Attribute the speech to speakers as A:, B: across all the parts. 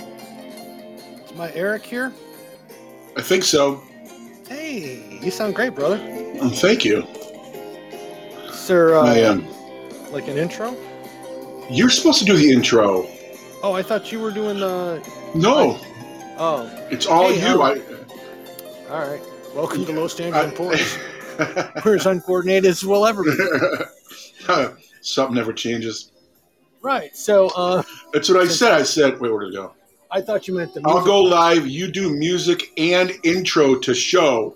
A: Is my Eric here?
B: I think so.
A: Hey, you sound great, brother.
B: Um, Thank you.
A: Sir, uh,
B: I um,
A: like an intro?
B: you're supposed to do the intro.
A: Oh, I thought you were doing the.
B: No,
A: Oh,
B: it's all
A: Hey, um,
B: you. I,
A: all right. Welcome to Low Standard Importance.
B: I,
A: We're as uncoordinated as we'll ever be.
B: something never changes.
A: Right. So uh,
B: That's what I said. I said, wait, where did it go?
A: I thought you meant the.
B: I'll
A: music-
B: go live. You do music and intro to show.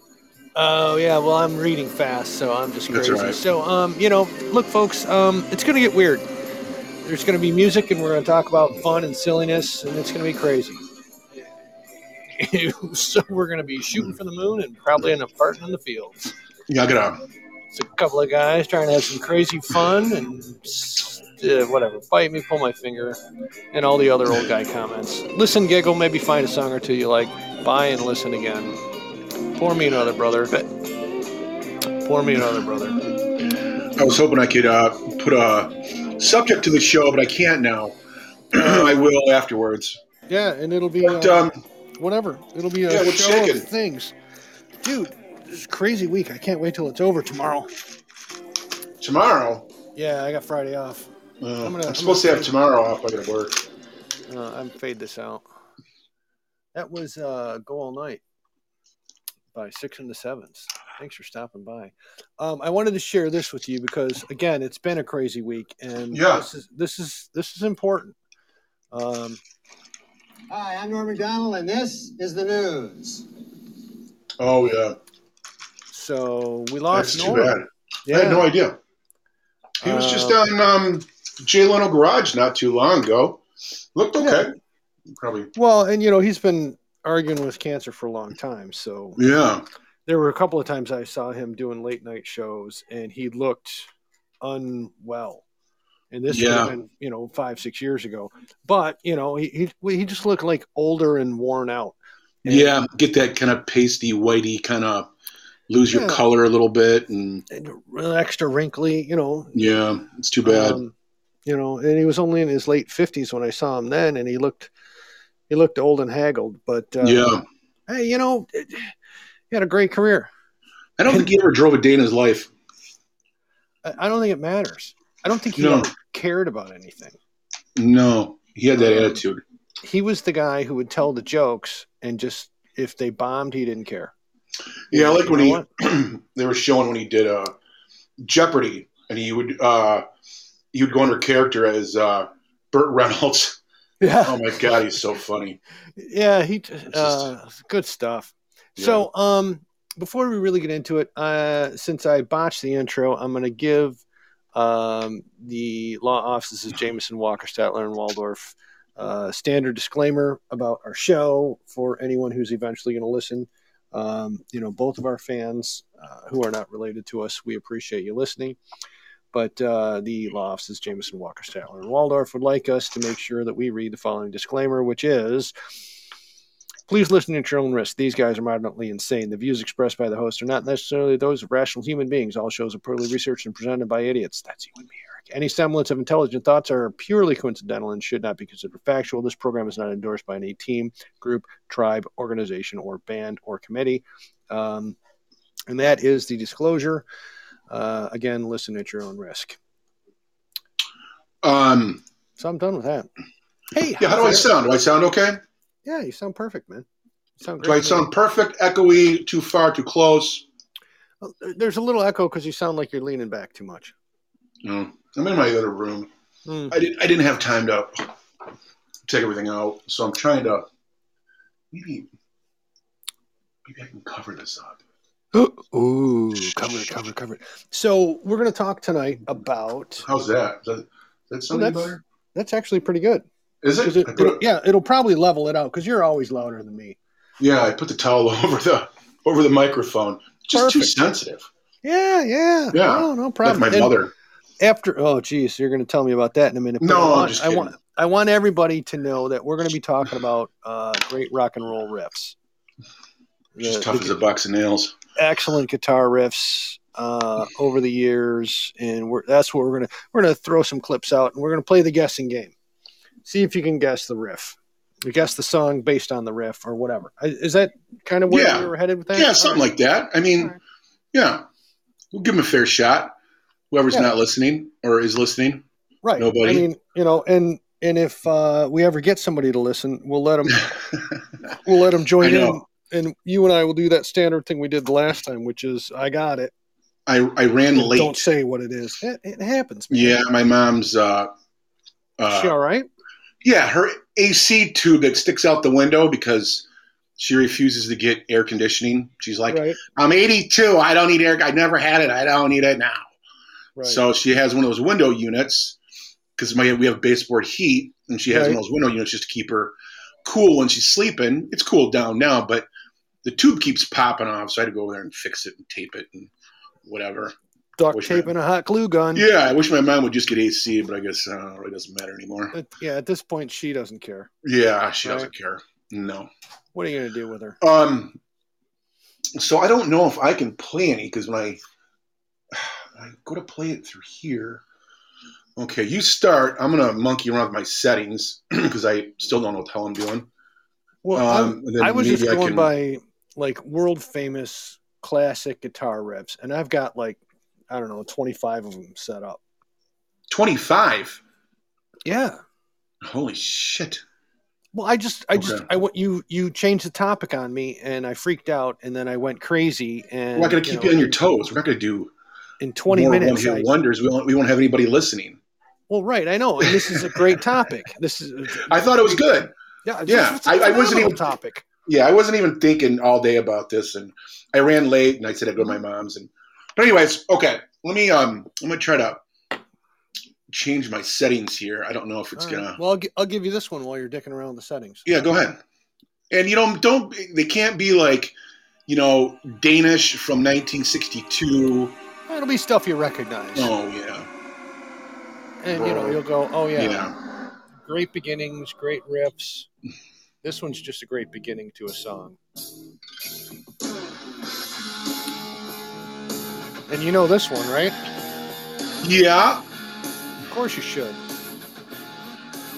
A: Oh yeah, well I'm reading fast, so I'm just
B: That's
A: crazy.
B: all right.
A: So um, you know, look, folks, um, it's gonna get weird. There's gonna be music, and we're gonna talk about fun and silliness, and it's gonna be crazy. so we're gonna be shooting for the moon and probably end up farting in the fields.
B: Yeah, I gotta.
A: It's a couple of guys trying to have some crazy fun and uh, whatever. Bite me, pull my finger, and all the other old guy comments. Listen, giggle, maybe find a song or two you like. Buy and listen again. Pour me another, brother. Pour me another, brother.
B: I was hoping I could uh, put a subject to the show, but I can't now. I will afterwards.
A: Yeah, and it'll be uh,
B: But um,
A: whatever. It'll be
B: yeah, we're shaking.
A: things. Dude, it's a crazy week. I can't wait till it's over tomorrow.
B: tomorrow,
A: Yeah, I got Friday off.
B: uh,
A: I'm
B: I'm,
A: gonna- I'm
B: supposed
A: gonna
B: to have
A: say-
B: tomorrow off. I gotta work.
A: Uh, I'm fade this out. That was uh, Go All Night by Six and the Sevens. Thanks for stopping by. Um, I wanted to share this with you because again, it's been a crazy week, and
B: Yeah.
A: this is this is this is important. Um,
C: Hi, I'm Norm McDonald, and this is the news.
B: Oh yeah,
A: so we
B: that's
A: lost
B: too
A: Norm.
B: bad. I had no idea. He was just
A: Uh,
B: on um, Jay Leno Garage not too long ago. Looked okay. Probably.
A: well, and you know he's been arguing with cancer for a long time, so
B: Yeah.
A: there were a couple of times I saw him doing late night shows, and he looked unwell. And this
B: Yeah.
A: would have been, you know, five six years ago. But you know, he he, well, he just looked like older and worn out. And-
B: Yeah. Get that kind of pasty, whitey kind of lose your
A: Yeah.
B: color a little bit, and
A: and real extra wrinkly, you know.
B: yeah, it's too bad.
A: Um, you know, and he was only in his late fifties when I saw him then, and he looked he looked old and haggled. But uh,
B: yeah.
A: hey, you know, it, he had a great career.
B: I don't think he ever drove a day in his life.
A: I, I don't think it matters. I don't think he
B: No.
A: ever cared about anything.
B: No, he had that
A: Um,
B: attitude.
A: he was the guy who would tell the jokes and just if they bombed he didn't care
B: Yeah, I like when
A: You
B: he
A: know
B: they were showing when he did uh, Jeopardy, and he would uh, he would go under character as uh, Burt Reynolds.
A: yeah
B: Oh my god, he's so funny.
A: yeah he uh, good stuff so um before we really get into it uh since i botched the intro i'm gonna give um the law offices of jameson walker statler and waldorf uh, standard disclaimer about our show for anyone who's eventually going to listen um, you know both of our fans uh, who are not related to us we appreciate you listening but uh, the law offices Jameson Walker Statler and Waldorf would like us to make sure that we read the following disclaimer, which is. Please listen at your own risk. These guys are moderately insane. The views expressed by the hosts are not necessarily those of rational human beings. All shows are poorly researched and presented by idiots. That's you and me, Eric. Any semblance of intelligent thoughts are purely coincidental and should not be considered factual. This program is not endorsed by any team, group, tribe, organization, or band or committee. Um, and that is the disclosure. Uh, again, listen at your own risk.
B: Um,
A: So I'm done with that. Hey,
B: yeah, how do I
A: how's it?
B: sound? Do I sound okay?
A: Yeah, you sound perfect, man. You sound great.
B: Do I
A: to me.
B: sound perfect? Echoey? Too far? Too close?
A: Oh, there- There's a little echo because you sound like you're leaning back too much.
B: No, I'm in my other room.
A: Mm.
B: I didn't. I didn't have time to take everything out, so I'm trying to maybe maybe I can cover this up.
A: Ooh, cover it, cover it, cover it. So we're going to talk tonight about.
B: How's that? Is that, is that
A: Well,
B: something
A: that's
B: better?
A: that's actually pretty good.
B: Is it?
A: 'Cause it-
B: I
A: it'll-
B: put,
A: yeah, it'll probably level it out because you're always louder than me.
B: yeah, I put the towel over the over the microphone. Just too
A: Perfect.
B: sensitive.
A: Yeah, yeah,
B: Yeah.
A: No, no
B: Like
A: problem.
B: my
A: And
B: mother.
A: after, oh, geez, you're going to tell me about that in a minute. but
B: No,
A: I
B: I'm
A: want,
B: just
A: I
B: kidding.
A: want, I want everybody to know that we're going to be talking about uh, great rock and roll riffs.
B: She's
A: The-
B: tough
A: the
B: as a box of nails.
A: excellent guitar riffs uh, over the years, and we're, that's what we're gonna we're gonna throw some clips out, and we're gonna play the guessing game. See if you can guess the riff, or guess the song based on the riff, or whatever. I- Is that kind of where
B: Yeah.
A: we were headed with that?
B: Yeah, something like that. I mean,
A: Alright.
B: yeah, we'll give them a fair shot. Whoever's
A: Yeah.
B: not listening or is listening,
A: right.
B: nobody.
A: I mean, you know, and and if uh, we ever get somebody to listen, we'll let them we'll let them
B: I
A: join in,
B: know.
A: and you and I will do that standard thing we did the last time, which is I got it.
B: I I ran late.
A: Don't say what it is. It, it happens. man.
B: Yeah, my mom's. Uh,
A: Is
B: uh,
A: she all right?
B: Yeah, her AC tube that sticks out the window because she refuses to get air conditioning. She's like,
A: right.
B: "I'm 82. I don't need air. I never had it. I don't need it now."
A: Right.
B: So she has one of those window units because we have baseboard heat, and she has
A: Right.
B: one of those window units just to keep her cool when she's sleeping. It's cooled down now, but the tube keeps popping off, so I had to go over there and fix it and tape it and whatever.
A: duct
B: Wish
A: tape
B: I-
A: and a hot glue gun.
B: Yeah, I wish my mom would just get AC, but I guess uh, it really doesn't matter anymore.
A: At- yeah, at this point, she doesn't care.
B: Yeah, she doesn't
A: Right.
B: care. No.
A: What are you going to do with her?
B: Um, so I don't know if I can play any because when I, I go to play it through here. Okay, you start. I'm gonna monkey around with my settings because I still don't know what the hell I'm doing.
A: Well, I'm-
B: Um, and then
A: I was just
B: maybe I
A: going
B: can-
A: by like world famous classic guitar riffs, and I've got like I don't know, twenty five of them set up.
B: 25.
A: Yeah.
B: Holy shit!
A: Well, I just, I just,
B: Okay.
A: I want you, you changed the topic on me, and I freaked out, and then I went crazy, and
B: We're not gonna keep you,
A: know,
B: on your toes. We're not gonna do
A: in twenty
B: more
A: minutes.
B: one
A: I-
B: hit wonders. We won't, we won't have anybody listening.
A: well, right, I know, and this is a great topic. This is,
B: I thought it was good.
A: yeah,
B: yeah,
A: it's a
B: I- I wasn't
A: phenomenal
B: even-
A: topic.
B: yeah, I wasn't even thinking all day about this, and I ran late, and I said I'd go to my
A: Mm-hmm.
B: mom's, and but anyways, okay. Let me um, I'm gonna try to change my settings here. I don't know if it's
A: All right.
B: gonna.
A: Well, I'll, gi- I'll give you this one while you're dicking around with the settings.
B: Yeah, go ahead. And you know, don't they can't be like, you know, Danish from 1962.
A: It'll be stuff you recognize,
B: Oh yeah,
A: and you know
B: bro.
A: you'll go, "Oh yeah,
B: yeah.
A: great beginnings, great riffs." This one's just a great beginning to a song, and you know this one, right?
B: Yeah,
A: Of course you should.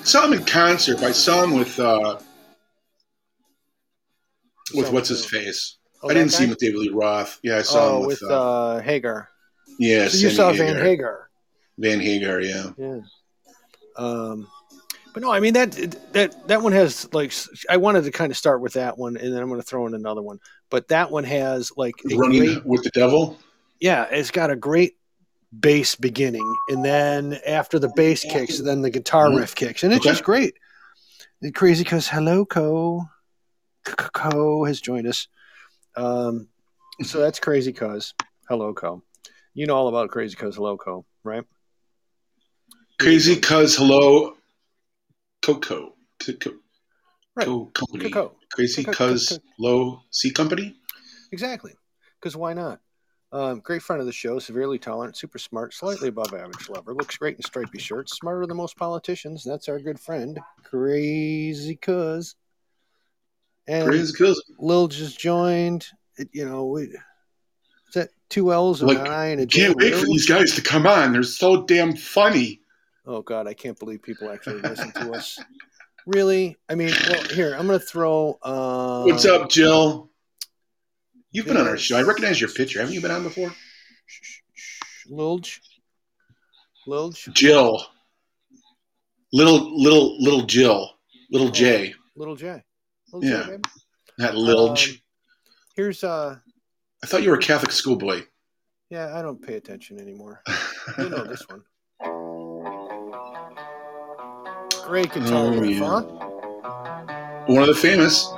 B: saw him in concert. I saw him with uh, with
A: Some-
B: what's his face.
A: Oh,
B: I
A: that
B: didn't see
A: guy?
B: him with David Lee Roth. Yeah, I saw
A: Oh,
B: him
A: with
B: with,
A: uh,
B: uh,
A: Hagar.
B: yeah.
A: So you
B: Sammy
A: saw Van Hagar.
B: Van Hagar, yeah.
A: Um, but no, I mean that that that one has like s- I wanted to kind of start with that one, and then I'm going to throw in another one. But that one has like a
B: Running
A: great
B: with the Devil.
A: yeah, it's got a great bass beginning, and then after the bass kicks, then the guitar
B: Mhm.
A: riff kicks, and it's
B: Okay.
A: just great. It's crazy because hello, Co. Co has joined us. Um, so that's crazy cause hello, Co. You know all about crazy cause hello, Co. Right?
B: Crazy Cuz Hello Coco. Coco.
A: Right.
B: Co- company.
A: Co.
B: Crazy
A: Coco,
B: Cuz
A: Coco.
B: Low C Company.
A: Exactly. Because why not? Um, great friend of the show, severely tolerant, super smart, slightly above average lover, looks great in stripy shirts, smarter than most politicians. That's our good friend, Crazy Cuz. And
B: Crazy Cuz.
A: Lil just joined. It, you know, we, is that two L's and
B: Like,
A: an I and a J?
B: Can't wait for
A: Lil?
B: these guys to come on. They're so damn funny.
A: Oh God, I can't believe people actually listen to us. Really? I mean, well, here I'm gonna throw. Um,
B: What's up, Jill? You've been on our
A: yes.
B: show. I recognize your picture. Haven't you been on before?
A: Lilj? Lilj?
B: Jill. Little little little Jill.
A: Oh.
B: Little J.
A: Little J. Little
B: Yeah.
A: J, baby.
B: Not Lil
A: Um,
B: J.
A: Here's uh
B: I thought you were a Catholic schoolboy.
A: yeah, I don't pay attention anymore. You know this one. Great guitar
B: Oh,
A: riff,
B: yeah.
A: huh?
B: One of the famous.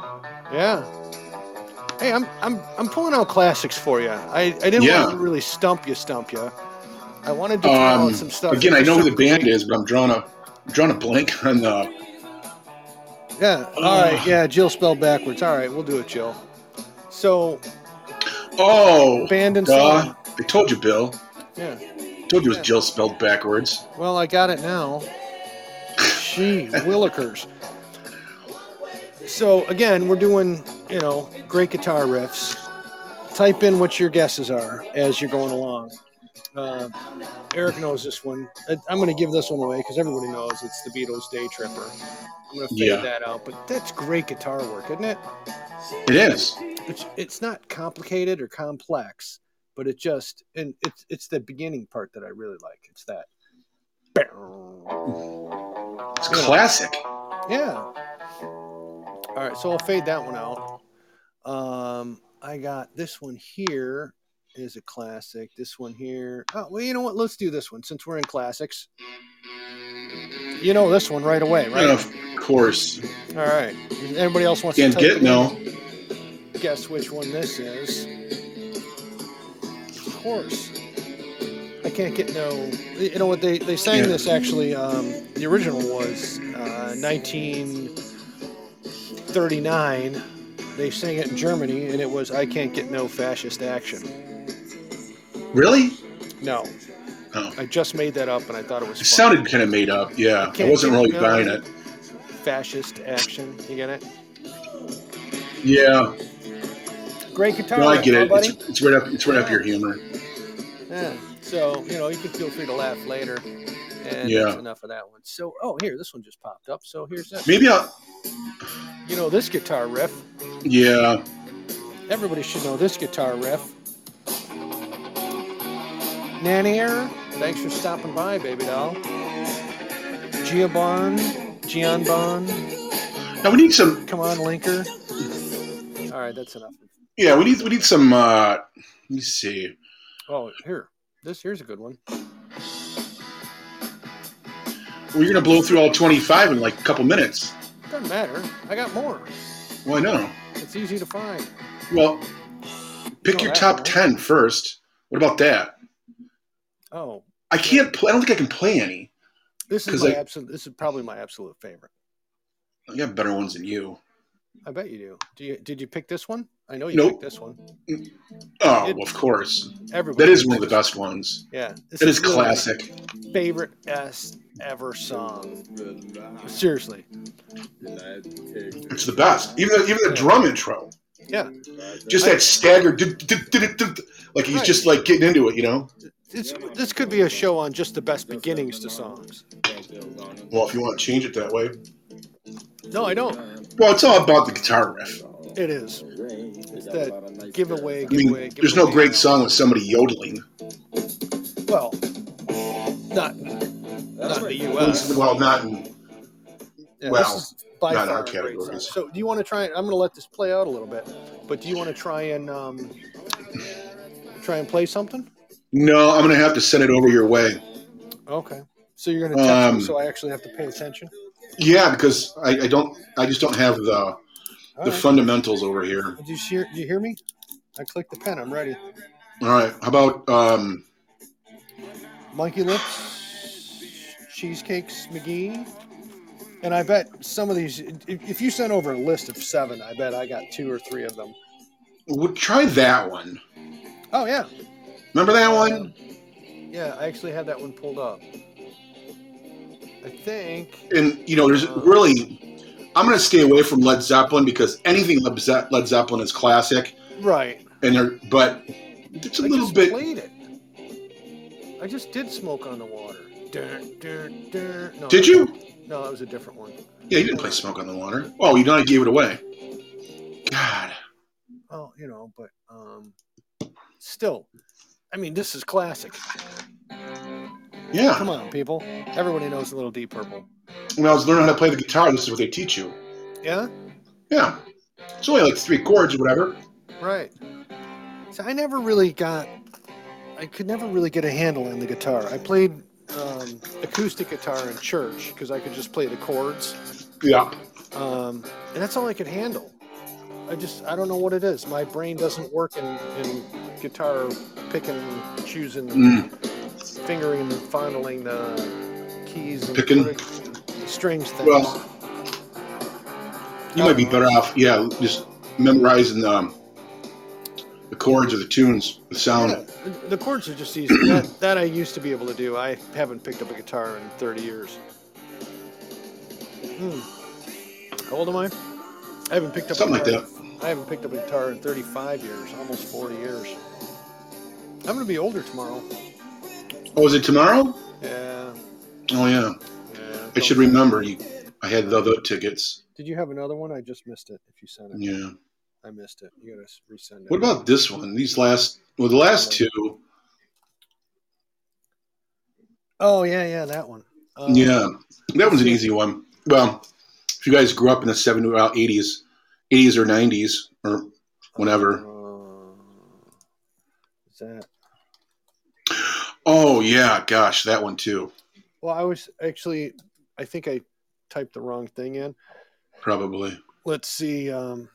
A: Yeah. Hey, I'm I'm I'm pulling out classics for you. I, I didn't
B: Yeah.
A: want to really stump you, stump you. I wanted to pull
B: Um,
A: out some stuff.
B: again, I know who the band
A: Great-
B: is, but I'm drawing a I'm drawing a blank on the.
A: Yeah. All right.
B: Oh.
A: Yeah, Jill spelled backwards. All right, we'll do it, Jill. So,
B: Oh,
A: band and
B: Duh.
A: song.
B: I told you, Bill.
A: Yeah.
B: I told you it was Jill spelled backwards.
A: Well, I got it now. Gee, Willikers. So again, we're doing you know great guitar riffs. Type in what your guesses are as you're going along. Uh, Eric knows this one. I- I'm going to give this one away because everybody knows it's the Beatles' "Day Tripper." I'm going to fade
B: Yeah.
A: that out, but that's great guitar work, isn't it?
B: It is.
A: It's it's not complicated or complex, but it just and it's it's the beginning part that I really like. It's that.
B: It's classic.
A: Yeah. All right, so I'll fade that one out. Um, I got this one here is a classic. This one here. Oh, well, you know what? Let's do this one since we're in classics. You know this one right away,
B: And
A: right?
B: of course,
A: All right. Anybody else wants
B: can't
A: to
B: get
A: type
B: it
A: it in?
B: now.
A: guess which one this is. Of course. I can't get no. You know what? They, they sang
B: Yeah.
A: this actually. Um, the original was uh, 1939. They sang it in Germany, and it was I Can't Get No Fascist Action.
B: Really?
A: No.
B: Oh.
A: I just made that up, and I thought it was
B: It
A: fun.
B: sounded kind of made up. Yeah, I
A: Can't
B: wasn't
A: get
B: really
A: no-
B: buying it.
A: Fascist Action. You get it?
B: Yeah,
A: Great guitar.
B: no, I get
A: huh,
B: it.
A: buddy?
B: It's, it's right up. It's right up your humor.
A: Yeah. So, you know, you can feel free to laugh later. And
B: Yeah.
A: that's enough of that one. So, oh, here, this one just popped up. So here's that.
B: Maybe I'll.
A: You know this guitar riff.
B: Yeah,
A: Everybody should know this guitar riff. Nanier, thanks for stopping by, baby doll. Giabon, Gianbon,
B: now we need some.
A: come on, Linker. All right, that's enough.
B: Yeah, we need. We need some. uh Let me see.
A: Oh, here. This here's a good one.
B: We're gonna blow through all twenty-five in like a couple minutes.
A: Doesn't matter. I got more.
B: Well, I know.
A: It's easy to find.
B: Well,
A: know
B: pick your
A: that,
B: top
A: right?
B: ten first. What about that?
A: Oh,
B: I can't. Play, I don't think I can play any.
A: this is
B: 'Cause
A: my
B: I-
A: absolute. This is probably my absolute favorite.
B: I got better ones than you.
A: I bet you do. Do you did you pick this one? I know you
B: Nope.
A: picked this one.
B: Oh,
A: It-
B: of course.
A: Everybody.
B: That is one of
A: picked
B: the
A: this
B: best ones.
A: Yeah. This
B: That is
A: really
B: classic.
A: my favorite S ever song. Seriously.
B: It's the best. Even the, even the drum intro.
A: Yeah.
B: Just that staggered, did- did- did- did- like he's just like getting into it, you know.
A: It's this could be a show on just the best beginnings to songs.
B: Well, if you want to change it that way.
A: No, I don't.
B: Well, it's all about the guitar riff.
A: It is. It's that giveaway,
B: I mean,
A: giveaway.
B: there's no
A: giveaway.
B: great song with somebody yodeling.
A: Well, not not in the U.S.
B: Well, not in,
A: Yeah,
B: Well,
A: this is by
B: not in
A: far
B: our
A: a great song.
B: categories.
A: So, do you want to try? I'm going to let this play out a little bit, but do you want to try and um, try and play something?
B: no, I'm gonna have to send it over your way.
A: Okay. So you're going to text
B: Um,
A: me, so I actually have to pay attention.
B: Yeah, because I, I don't, I just don't have the
A: All
B: the
A: right.
B: fundamentals over here.
A: Did you hear? Did you hear me? I clicked the pen. I'm ready.
B: All right, how about um,
A: Monkey lips, cheesecakes, McGee, and I bet some of these. If, if you sent over a list of seven, I bet I got two or three of them.
B: we'll try that one.
A: Oh yeah, Um,
B: Remember that one?
A: yeah. I actually had that one pulled up. I think.
B: And you know, there's really, I'm gonna stay away from Led Zeppelin because anything Led Ze- Led Zeppelin is classic.
A: Right.
B: and they're but it's a
A: I
B: little
A: just
B: bit
A: played it. I just did smoke on the water. Dun, dun, dun. No,
B: did you
A: No, that was a different one.
B: yeah you didn't play smoke on the water oh you know i gave it away god
A: Well, you know, but um, still, I mean, this is classic.
B: yeah
A: Come on, people. Everybody knows a little Deep Purple.
B: when i was learning how to play the guitar this is what they teach you
A: Yeah,
B: yeah it's only like three chords or whatever
A: right. So I never really got, I could never really get a handle on the guitar. I played um, acoustic guitar in church because I could just play the chords,
B: yeah
A: um, and that's all I could handle. I just, I don't know what it is. My brain doesn't work in, in guitar picking, choosing.
B: Mm.
A: fingering and fondling the keys and
B: Picking.
A: putting strings things.
B: Well, you might be better off yeah just memorizing um, the the chords or the tunes, the sound.
A: Yeah, Uh, the chords are just easy. that, that I used to be able to do. I haven't picked up a guitar in 30 years. Hmm. How old am I? I haven't picked up a
B: Something like
A: guitar- I haven't picked up a guitar in 35 years, almost 40 years. I'm gonna be older tomorrow.
B: Oh, is it tomorrow?
A: Yeah.
B: Oh yeah,
A: yeah
B: I should remember. You, I had the other tickets.
A: Did you have another one? I just missed it. If you sent it,
B: Yeah.
A: I missed it. You gotta resend it.
B: What about this one? These last, well, the last two.
A: Oh yeah, yeah, that one. Um,
B: Yeah, that one's an easy one. Well, if you guys grew up in the 70s, well, 80s, 80s or 90s or whatever.
A: uh, is that?
B: Oh yeah, gosh, that one too,
A: Well, I was actually. I think I typed the wrong thing in.
B: probably.
A: Let's see. Um,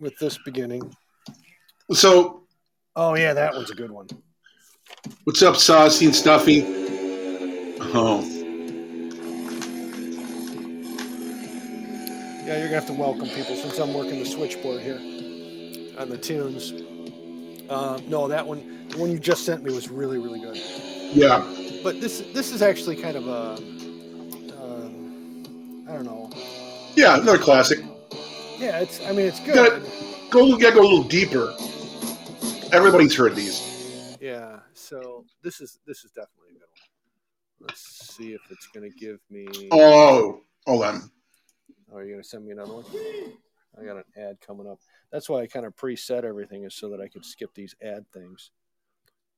A: with this beginning.
B: So
A: Oh yeah, that one's a good one.
B: What's up, Saucy and Stuffy? Oh,
A: Yeah, you're gonna have to welcome people since I'm working the switchboard here on the tunes. Uh, no, that one, the one you just sent me was really, really good.
B: yeah.
A: But this, this is actually kind of a, um, I don't know.
B: Yeah, another classic.
A: Yeah, it's. I mean, it's
B: Got
A: good.
B: Go, you gotta go a little deeper. Everybody's heard these.
A: Yeah. So this is this is definitely a good one. Let's see if it's gonna give me. Oh,
B: Oh, hold on.
A: are you gonna send me another one? I got an ad coming up. That's why I kind of preset everything is so that I could skip these ad things.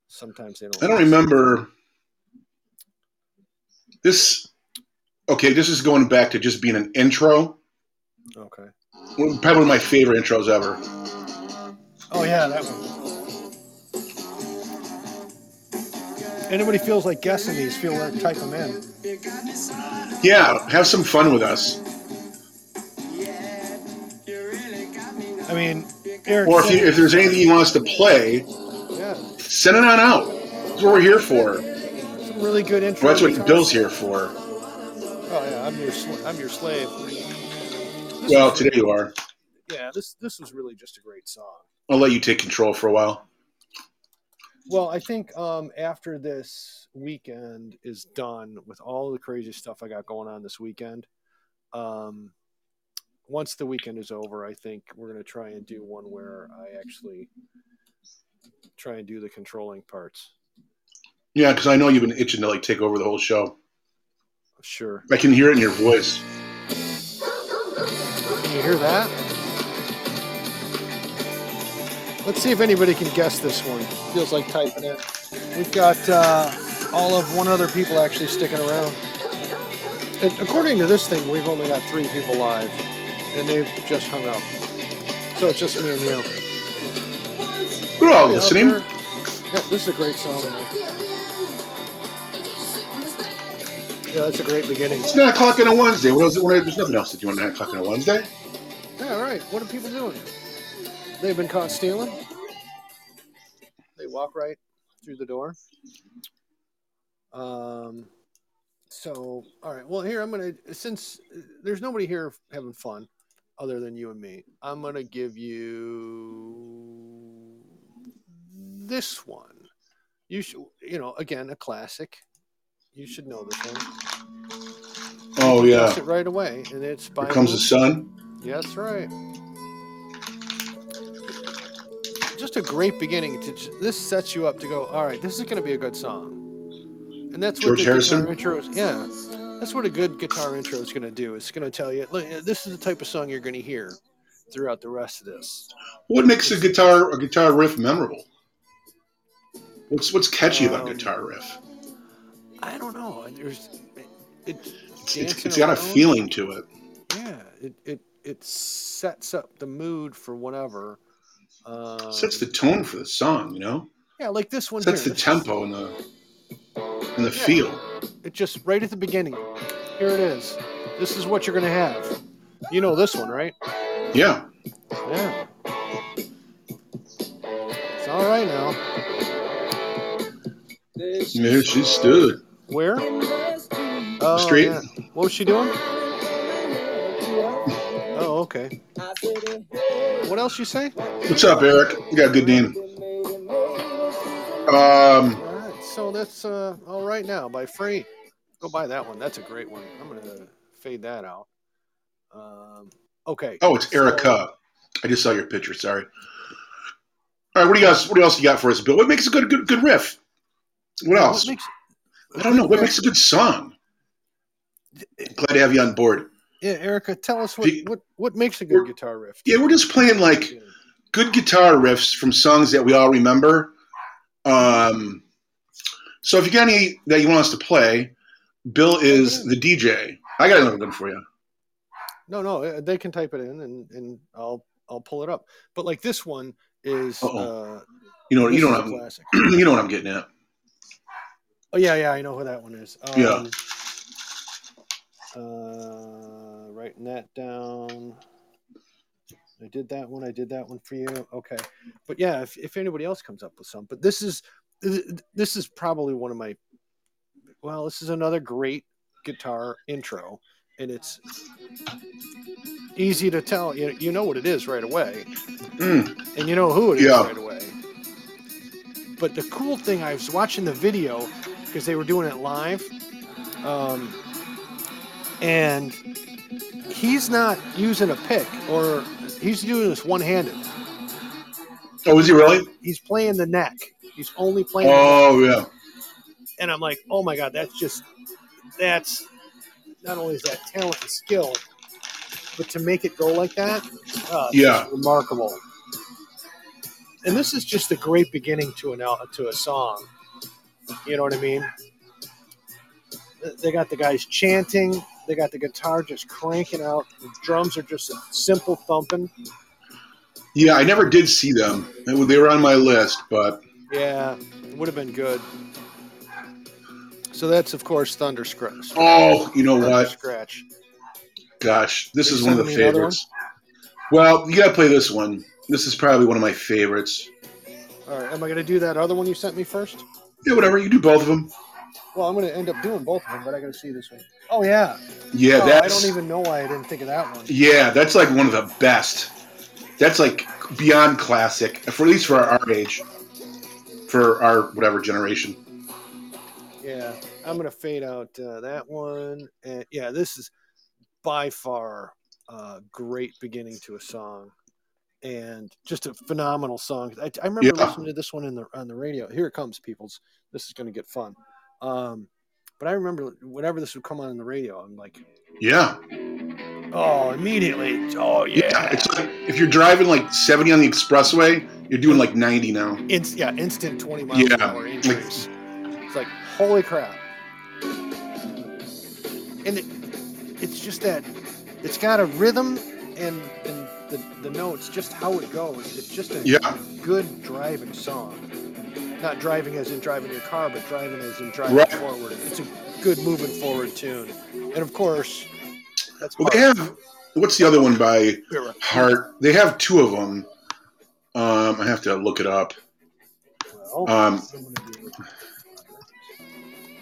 A: Sometimes they don't.
B: I don't remember. This, okay, this is going back to just being an intro.
A: Okay.
B: One- Probably one of my favorite intros ever.
A: Oh yeah, that one. Anybody feels like guessing these, feel like type them in.
B: Yeah, have some fun with us.
A: I mean, Eric.
B: Or if, you,
A: said-
B: if there's anything you want us to play,
A: yeah,
B: send it on out. That's what we're here for.
A: some really good intro.
B: That's what Bill's here for.
A: Oh yeah, I'm your sl- I'm your slave.
B: Well, today you are.
A: Yeah, this this was really just a great song.
B: I'll let you take control for a while.
A: Well, I think um, after this weekend is done with all the crazy stuff I got going on this weekend, um, once the weekend is over, I think we're going to try and do one where I actually try and do the controlling parts.
B: Yeah, because I know you've been itching to like take over the whole show.
A: Sure.
B: I can hear it in your voice.
A: Can you hear that? Let's see if anybody can guess this one. Feels like typing it. We've got uh, all of one other people actually sticking around. And according to this thing, we've only got three people live, and they've just hung up. So it's just me and you.
B: We're all
A: Hey,
B: listening.
A: Hunter. Yeah, this is a great song. Yeah, that's a great beginning.
B: It's nine o'clock on a Wednesday. What else? What, there's nothing else to do on nine o'clock on a Wednesday.
A: Yeah, all right. What are people doing? They've been caught stealing. They walk right through the door. Um, so all right. Well, here I'm gonna since uh, there's nobody here having fun other than you and me. I'm gonna give you this one. You should, you know, again a classic. You should know this one.
B: Oh yeah,
A: Guess it right away, and it's by
B: here comes the sun.
A: yeah, that's right. Just a great beginning. To j- this sets you up to go. All right, this is going to be a good song, and that's what
B: George
A: the
B: Harrison?
A: guitar intro. Is, yeah, that's what a good guitar intro is going to do. It's going to tell you, look, uh, this is the type of song you're going to hear throughout the rest of this.
B: What makes a guitar a guitar riff memorable? What's what's catchy about
A: Um,
B: a guitar riff?
A: I don't know. There's, it, it
B: It's, it's,
A: dancing
B: it's got a
A: around.
B: feeling to it.
A: yeah, it, it it sets up the mood for whatever. Um,
B: Sets the tone for the song. You know,
A: yeah, like this one.
B: sets
A: here.
B: the tempo and the and the
A: Yeah.
B: feel.
A: It just right at the beginning. Here it is. This is what you're gonna have. You know this one, right?
B: Yeah.
A: Yeah. It's all right now.
B: There she stood.
A: Where? Oh,
B: Street.
A: yeah. What was she doing? Oh, okay. Oh, What else you say?
B: What's up, Eric? You got a good name. Um,
A: All right, so that's uh, all right now by Free. Go buy that one. That's a great one. I'm gonna fade that out. Um, okay.
B: oh, it's Erica. I just saw your picture. Sorry. All right, what do you guys? What else you got for us, Bill? What makes a good good, good riff? What else?
A: makes-
B: I don't know. What makes a good song? Glad to have you on board.
A: yeah, Erica, tell us what,
B: Do you-
A: what, what makes a good
B: We're-
A: guitar riff.
B: Yeah, we're just playing like
A: Yeah.
B: good guitar riffs from songs that we all remember. Um, so if you got any that you want us to play, Bill is the DJ. I got another one for you.
A: No, no, uh, they can type it in and, and I'll I'll pull it up. But like this one is
B: Uh-oh.
A: uh,
B: You know,
A: this
B: you
A: is
B: know what
A: a
B: I'm,
A: classic.
B: you know what I'm getting at.
A: Oh yeah, yeah, I know who that one is. Um,
B: Yeah.
A: Uh, writing that down. I did that one. I did that one for you. Okay, but yeah, if, if anybody else comes up with some, but this is this is probably one of my. Well, this is another great guitar intro, and it's easy to tell. You you know what it is right away
B: Mm,
A: and you know who it is
B: Yeah.
A: right away. But the cool thing, I was watching the video because they were doing it live, um, and he's not using a pick or he's doing this one-handed.
B: oh, is he really?
A: He's playing the neck. He's only playing, the neck.
B: Oh, yeah.
A: and I'm like, oh my god, that's just that's not only is that talent and skill, but to make it go like that, uh, it's
B: Yeah.
A: remarkable. And this is just a great beginning to an al- to a song. You know what I mean? They got the guys chanting. They got the guitar just cranking out. The drums are just a simple thumping.
B: Yeah, I never did see them. They were- They were on my list, but
A: Yeah, it would have been good. So that's of course Thunder Scratch.
B: oh, you know
A: Thunder
B: what?
A: Scratch.
B: Gosh, this
A: Are
B: is
A: you
B: one of the
A: sending me another
B: favorites. Well, you got to play this one. This is probably one of my favorites.
A: All right, am I going to do that other one you sent me first?
B: Yeah, whatever. You do both of them.
A: Well, I'm going to end up doing both of them, but I got to see this one. Oh yeah.
B: Yeah,
A: Oh, I
B: that's.
A: don't even know why I didn't think of that one.
B: Yeah, that's like one of the best. That's like beyond classic, for at least for our, our age, for our whatever generation.
A: Yeah, I'm gonna fade out uh, that one. And yeah, this is by far a great beginning to a song, and just a phenomenal song. I, I remember
B: Yeah.
A: listening to this one in the on the radio. Here it comes, peoples. This is gonna get fun. Um, but I remember whenever this would come on in the radio, I'm like,
B: Yeah,
A: oh, immediately, oh
B: yeah.
A: yeah,
B: It's like if you're driving like 70 on the expressway, you're doing like 90 now.
A: Inst- yeah, instant 20 miles an
B: Yeah,
A: hour
B: like-
A: increase. it's like, holy crap. And it, it's just that, it's got a rhythm and, and the, the notes, just how it goes. It's just a
B: Yeah,
A: good driving song. Not driving as in driving your car, but driving as in driving
B: Right.
A: forward. It's a good moving forward tune. And of course, that's
B: well,
A: part
B: they have. What's the other one by
A: of Era.
B: Heart? They have two of them. Um, I have to look it up.
A: Well,
B: Um,
A: I'm gonna do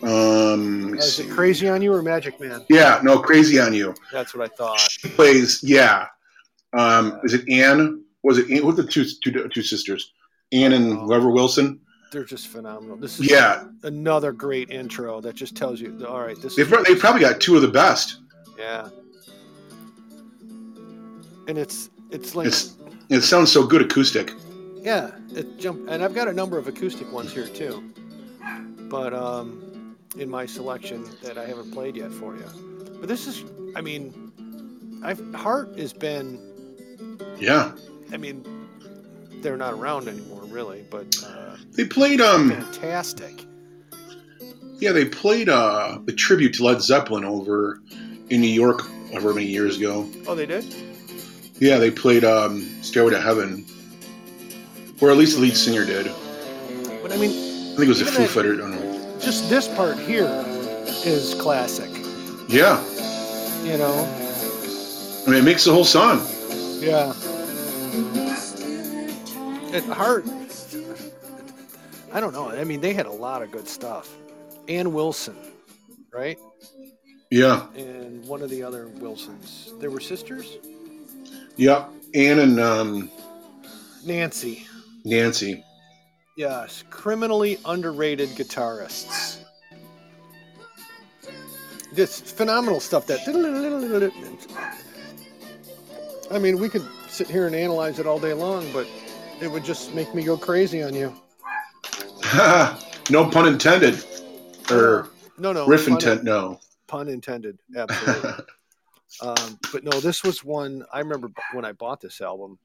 A: it.
B: Um, let me
A: is it
B: see.
A: Crazy on You or Magic Man?
B: yeah, no, crazy on you.
A: That's what I thought.
B: She plays, yeah. Um, is it Anne? Was it Anne? What the two, two, two sisters? Anne and whoever Wilson?
A: They're just phenomenal. This is
B: Yeah,
A: another great intro that just tells you, all right, this
B: they
A: is
B: pro- they probably got two of the best.
A: yeah. And it's it's like
B: It's it sounds so good acoustic.
A: yeah, it jump. And I've got a number of acoustic ones here too, but um, in my selection that I haven't played yet for you. But this is, I mean, I've Heart has been.
B: Yeah,
A: I mean, they're not around anymore really, but uh,
B: they played um
A: fantastic.
B: yeah they played uh the tribute to Led Zeppelin over in New York however many years ago.
A: Oh, they did.
B: Yeah, they played um Stairway to Heaven, or at least the lead singer did. I
A: But I mean,
B: think it was a
A: Even
B: Foo
A: that-
B: Fighter. I don't know.
A: just this part here is classic.
B: Yeah,
A: You know,
B: I mean it makes the whole song.
A: Yeah. At heart, I don't know. I mean, they had a lot of good stuff. Ann Wilson, right?
B: Yeah,
A: And one of the other Wilsons. They were sisters?
B: yeah. Ann and um,
A: Nancy.
B: Nancy.
A: Yes, criminally underrated guitarists. This phenomenal stuff that. I mean, we could sit here and analyze it all day long, but it would just make me go crazy on you.
B: no pun intended. Or
A: No, no.
B: riff
A: pun-
B: intent, no.
A: Pun intended. Absolutely. Um, but no, this was one I remember b- when I bought this album.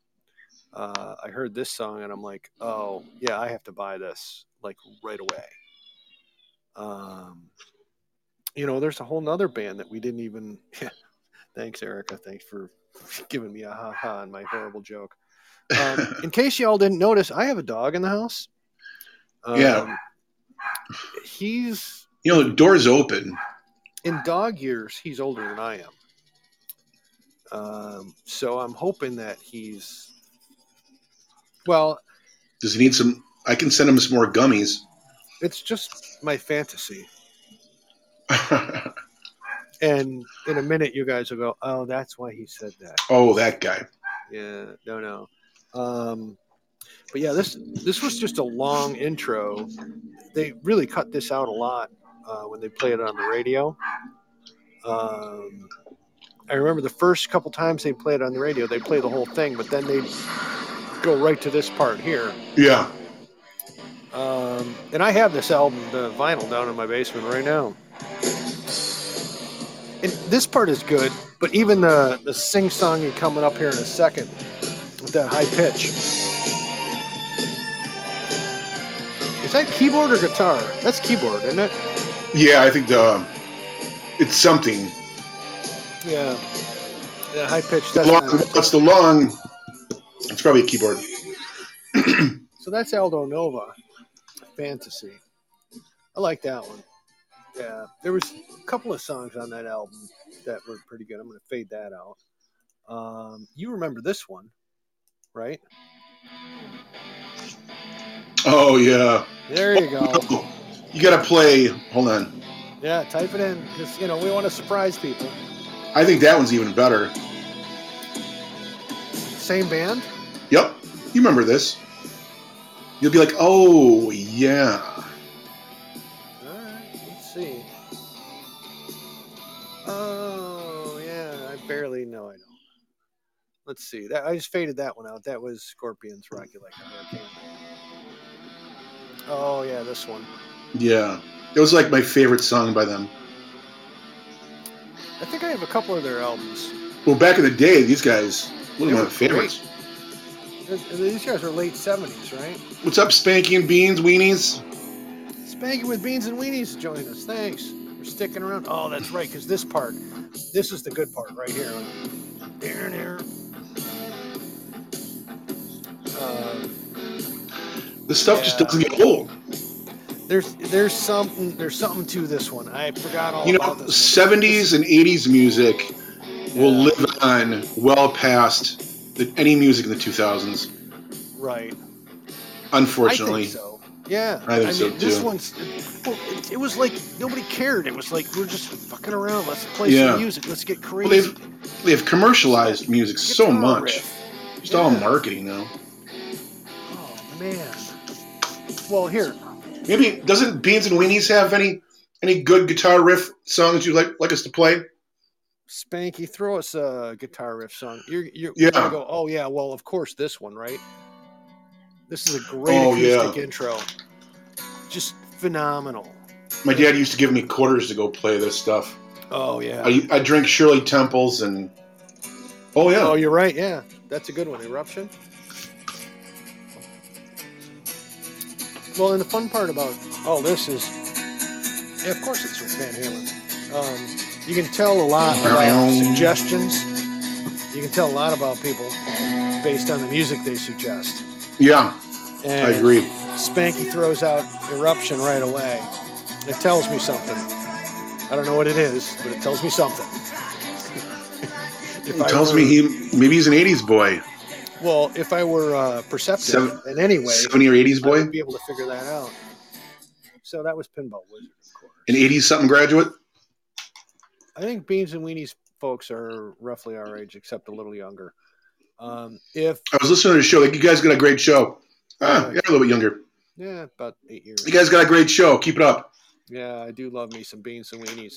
A: Uh, I heard this song and I'm like, oh yeah, I have to buy this like right away. Um, you know, there's a whole nother band that we didn't even. thanks, Erica. Thanks for giving me a ha ha on my horrible joke. Um, in case y'all didn't notice, I have a dog in the house. Um,
B: Yeah.
A: He's
B: you know, the door's open.
A: in dog years, he's older than I am. Um, so I'm hoping that he's well.
B: Does he need some? I can send him some more gummies.
A: It's just my fantasy, and in a minute, you guys will go, "Oh, that's why he said that."
B: oh, that guy.
A: Yeah, no, no. Um, but yeah, this this was just a long intro. They really cut this out a lot uh, when they play it on the radio. Um, I remember the first couple times they play it on the radio, they play the whole thing, but then they go right to this part here.
B: Yeah.
A: Um, and I have this album, the vinyl, down in my basement right now. And this part is good, but even the, the sing songy coming up here in a second with that high pitch. Is that keyboard or guitar? That's keyboard, isn't it?
B: Yeah, I think the um, it's something.
A: Yeah. That high pitch. That's
B: Long,
A: not-
B: it's the long. It's probably a keyboard.
A: So that's Aldo Nova, Fantasy. I like that one. Yeah, there was a couple of songs on that album that were pretty good. I'm going to fade that out. Um, you remember this one, right?
B: Oh yeah.
A: There you go.
B: Oh, you gotta play. Hold on.
A: Yeah, type it in. Just, you know, we want to surprise people.
B: I think that one's even better.
A: Same band?
B: Yep. You remember this? You'll be like, oh yeah.
A: All right, let's see. Oh yeah, I barely know. I don't. Let's see. That I just faded that one out. That was Scorpions, Rocky Like a Hurricane. Oh yeah, this one.
B: Yeah. It was like my favorite song by them.
A: I think I have a couple of their albums.
B: Well, back in the day, these guys one
A: They
B: of my
A: were
B: favorites.
A: Th- These guys are late seventies, right?
B: What's up, Spanky and Beans, Weenies?
A: Spanking with Beans and Weenies joined us. Thanks for sticking around. Oh, that's right, because this part, this is the good part right here. There, there. Um,
B: This stuff just
A: Yeah.
B: doesn't get old.
A: There's there's something there's something to this one. I forgot all
B: You know,
A: about this. one.
B: 70s and 80s music will
A: Yeah.
B: live on well past the, any music in the 2000s.
A: right? I
B: Unfortunately,
A: think so. Yeah,
B: I think
A: mean,
B: so,
A: This
B: too.
A: one's well, it, it was like nobody cared. It was like we're just fucking around. Let's play
B: Yeah.
A: some music. Let's get
B: Well,
A: crazy.
B: they've they've commercialized music so
A: Guitar
B: much.
A: riff.
B: It's all
A: Yeah.
B: marketing now.
A: Oh man. Well, here,
B: Maybe doesn't Beans and Weenies have any any good guitar riff songs you'd like like us to play?
A: Spanky, throw us a guitar riff song. You're you're
B: Yeah.
A: gonna go. Oh yeah. Well, of course this one, right? This is a great
B: Oh, yeah.
A: acoustic intro. Just phenomenal.
B: My dad used to give me quarters to go play this stuff.
A: Oh yeah.
B: I I drink Shirley Temples and oh yeah,
A: Oh, you're right. Yeah, that's a good one. Eruption. Well, and the fun part about all this is, yeah, of course, it's with Van Halen. Um, you can tell a lot about suggestions. You can tell a lot about people based on the music they suggest.
B: yeah,
A: And
B: I agree.
A: Spanky throws out eruption right away. It tells me something. I don't know what it is, but it tells me something. If
B: He
A: I
B: tells
A: were-
B: me he maybe he's an '80s boy,
A: Well, if I were uh, perceptive
B: Seven-
A: in any way,
B: '70 or '80s
A: I
B: boy,
A: would be able to figure that out. So that was Pinball Wizard, of course.
B: an '80s something graduate.
A: I think Beans and Weenies folks are roughly our age, except a little younger. Um, if
B: I was listening to the show. Like you guys got a great show. Ah, yeah, a little bit younger.
A: yeah, about eight years.
B: You guys got a great show. Keep it up.
A: Yeah, I do love me some beans and weenies.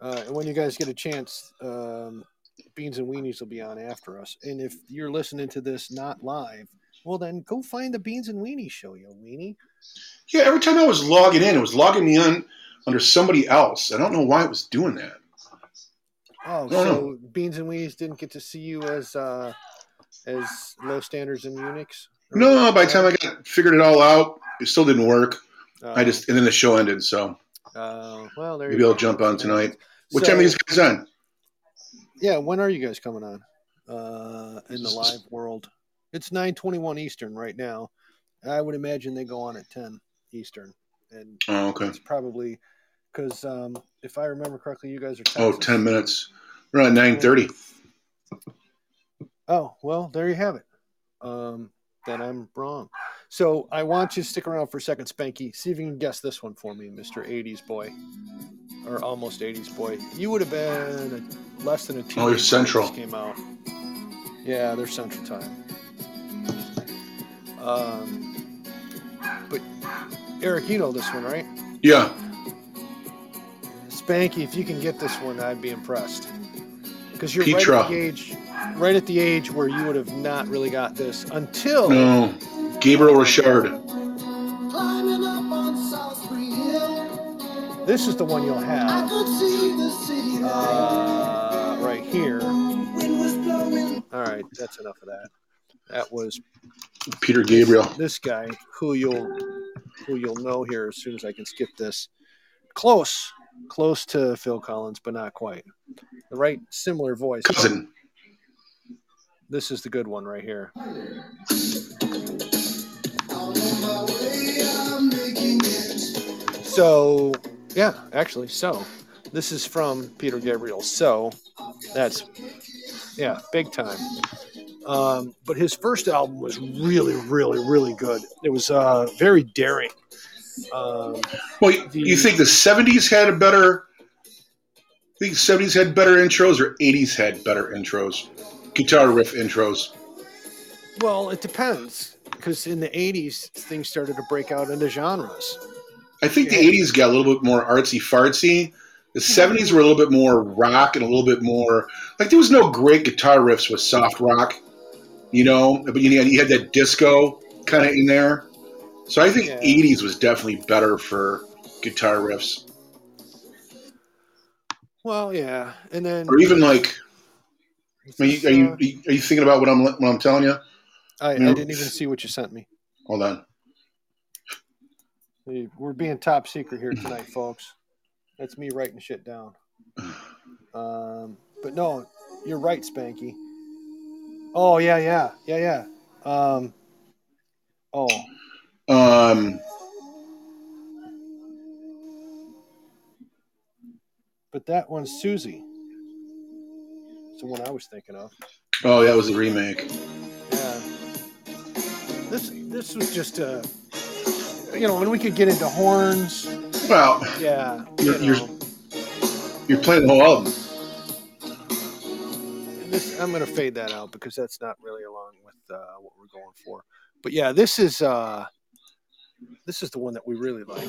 A: Uh, and when you guys get a chance, um, beans and weenies will be on after us. And if you're listening to this not live, well then go find the beans and weenies show, yo weenie.
B: Yeah, every time I was logging in, it was logging me in under somebody else. I don't know why it was doing that.
A: Oh,
B: No, no.
A: so beans and weenies didn't get to see you as uh, as low standards and Unix.
B: No, by the time I got figured it all out, it still didn't work.
A: Uh,
B: I just and then the show ended. So
A: uh, well there.
B: maybe
A: you
B: I'll
A: go.
B: jump on tonight. What
A: So-
B: time are these guys on?
A: Yeah, when are you guys coming on? Uh, in the live world, it's nine twenty one Eastern right now. I would imagine they go on at ten Eastern, and
B: Oh, okay.
A: it's probably because um, if I remember correctly, you guys are
B: Oh,
A: Texas.
B: 10 minutes. We're on nine thirty.
A: Oh, well, there you have it. Um, then I'm wrong. So I want you to stick around for a second, Spanky. See if you can guess this one for me, Mister '80s boy, or almost '80s boy. You would have been a, less than a teenager. when
B: Central.
A: this Came out. Yeah, they're Central Time. Um, but Eric, you know this one, right?
B: Yeah.
A: Spanky, if you can get this one, I'd be impressed. Because you're
B: Petra.
A: right at the age, right at the age where you would have not really got this until
B: No. Gabriel Richard.
D: Climbing up on Salisbury Hill,
A: this is the one you'll
D: I
A: have
D: could see the city light.
A: uh, right here. All
D: Wind was blowing.
A: right, that's enough of that. That was
B: Peter Gabriel.
A: this guy who you'll who you'll know here as soon as I can skip this. Close, close to Phil Collins, but not quite. The right, similar voice.
B: Cousin.
A: This is the good one right here.
D: Out on my way, I'm making it.
A: So, yeah, actually, so this is from Peter Gabriel. So that's yeah, big time. Um, but his first album was really, really, really good. It was uh, very daring. Um,
B: Well, you- you think the 70s had a better. I think 70s had better intros or 80s had better intros? Guitar riff intros.
A: well, it depends because in the '80s things started to break out into genres.
B: I think the 80s got a little bit more artsy fartsy. The 70s were a little bit more rock and a little bit more. Like, there was no great guitar riffs with soft rock, you know? But you, you had that disco kind of in there. So I think
A: Yeah.
B: 80s was definitely better for guitar riffs.
A: Well, yeah, and then
B: Or even like, I mean, are you, are you thinking about what I'm, what I'm telling you?
A: I, I didn't even see what you sent me.
B: Hold on.
A: Hey, We're being top secret here tonight, folks. That's me writing shit down. Um, but no, you're right, Spanky. Oh yeah, yeah, yeah, yeah. Um, oh,
B: Um,
A: but that one's Susie. It's the one I was thinking of.
B: oh, that was the remake.
A: Yeah. This this was just a, you know, and we could get into horns.
B: Well,
A: Yeah.
B: You're-
A: you
B: you're-
A: know.
B: you're playing the whole album.
A: this I'm gonna fade that out because that's not really along with uh, what we're going for. But yeah, this is uh, this is the one that we really like.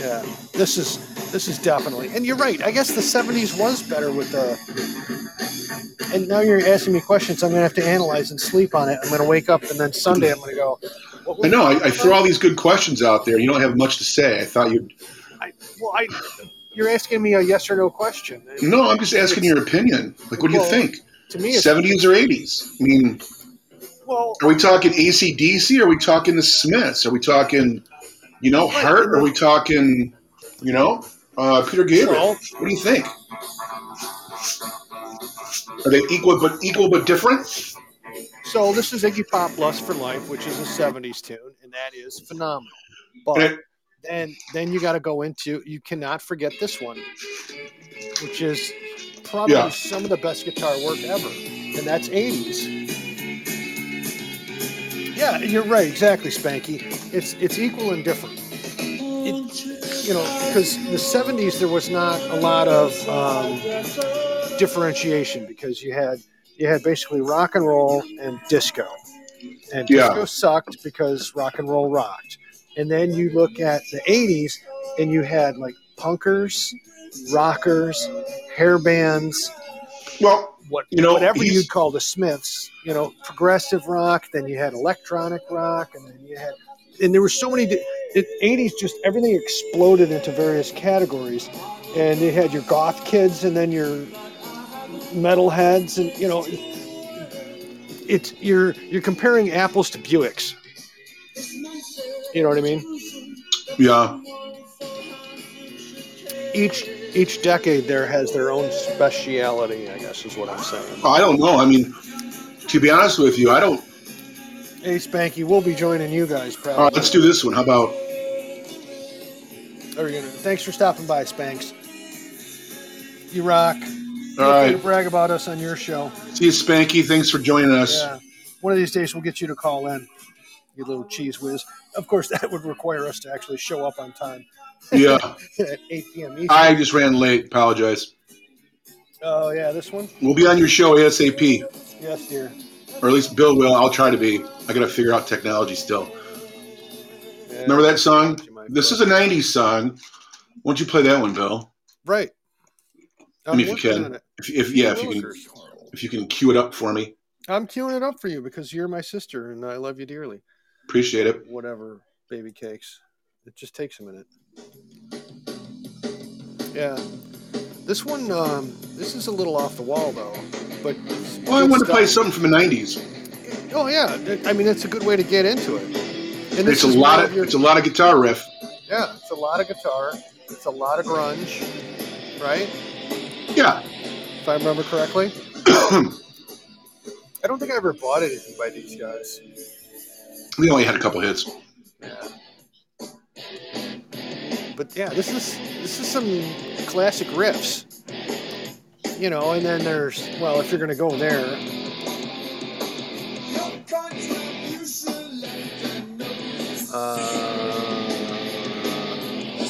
A: Yeah, this is this is definitely. And you're right. I guess the '70s was better with the. And now you're asking me questions. I'm gonna have to analyze and sleep on it. I'm gonna wake up and then Sunday I'm gonna go. What
B: I
A: was
B: know. I, I threw all these good questions out there. You don't have much to say. I thought you'd
A: Well, I. You're asking me a yes or no question.
B: No, I'm just asking your opinion. Like, what do you
A: Well,
B: think?
A: To me, it's
B: 70s or 80s? I mean,
A: well.
B: are we talking ACDC? Are we talking the Smiths? Are we talking, you know, Hurt? Are we talking, you know, uh, Peter Gabriel? What do you think? Are they equal but equal but different?
A: So this is Iggy Pop Lust for Life, which is a 70s tune, and that is phenomenal.
B: Okay.
A: But then then you gotta go into you cannot forget this one, which is probably
B: Yeah.
A: some of the best guitar work ever. And that's 80s. Yeah, you're right, exactly, Spanky. It's it's equal and different. It- you know, because the 70s there was not a lot of um, differentiation because you had you had basically rock and roll and disco. And
B: Yeah.
A: disco sucked because rock and roll rocked. And then you look at the 80s and you had like punkers, rockers, hair bands,
B: Well,
A: what
B: You know,
A: whatever
B: he's-
A: you'd call the Smiths, you know, progressive rock. Then you had electronic rock, and then you had, and there were so many. di- The '80s just everything exploded into various categories, and you had your goth kids, and then your metalheads, and you know, it's you're you're comparing apples to Buicks. You know what I mean?
B: yeah,
A: Each each decade there has their own speciality, I guess is what I'm saying.
B: I don't know. I mean, to be honest with you, I don't.
A: Hey Spanky, we'll be joining you guys probably.
B: All right, let's do this one. How about?
A: Or, you know, thanks for stopping by, Spanks. You rock.
B: All
A: Feel free to
B: right,
A: brag about us on your show.
B: see you, Spanky. Thanks for joining us.
A: Yeah. One of these days we'll get you to call in, you little cheese whiz. Of course, that would require us to actually show up on time
B: yeah,
A: at 8 p.m. Eastern.
B: I just ran late. Apologize.
A: oh, yeah, this one?
B: We'll be on your show ASAP,
A: Yes, dear.
B: or at least Bill will. I'll try to be. I gotta figure out technology still. Remember that song? This is a '90s song. Why don't you play that one, Bill?
A: Right.
B: I mean, if you
A: working
B: can.
A: on it.
B: If, if yeah, if you can, if you can cue it up for me,
A: I'm queuing it up for you because you're my sister and I love you dearly.
B: appreciate it.
A: whatever baby cakes. It just takes a minute. Yeah. This one, um, this is a little off the wall though, but it's
B: Well, I
A: good
B: wanted to play
A: stuff.
B: something from the '90s.
A: Oh yeah, It- I mean it's a good way to get into it. And
B: It's a
A: is
B: lot
A: one
B: of
A: your-
B: it's a lot of guitar riff.
A: yeah, it's a lot of guitar. It's a lot of grunge, right?
B: Yeah,
A: If I remember correctly. I don't think I ever bought anything by these guys.
B: we only had a couple hits.
A: Yeah. But yeah, this is this is some classic riffs. You know, and then there's well, if you're gonna go there, uh,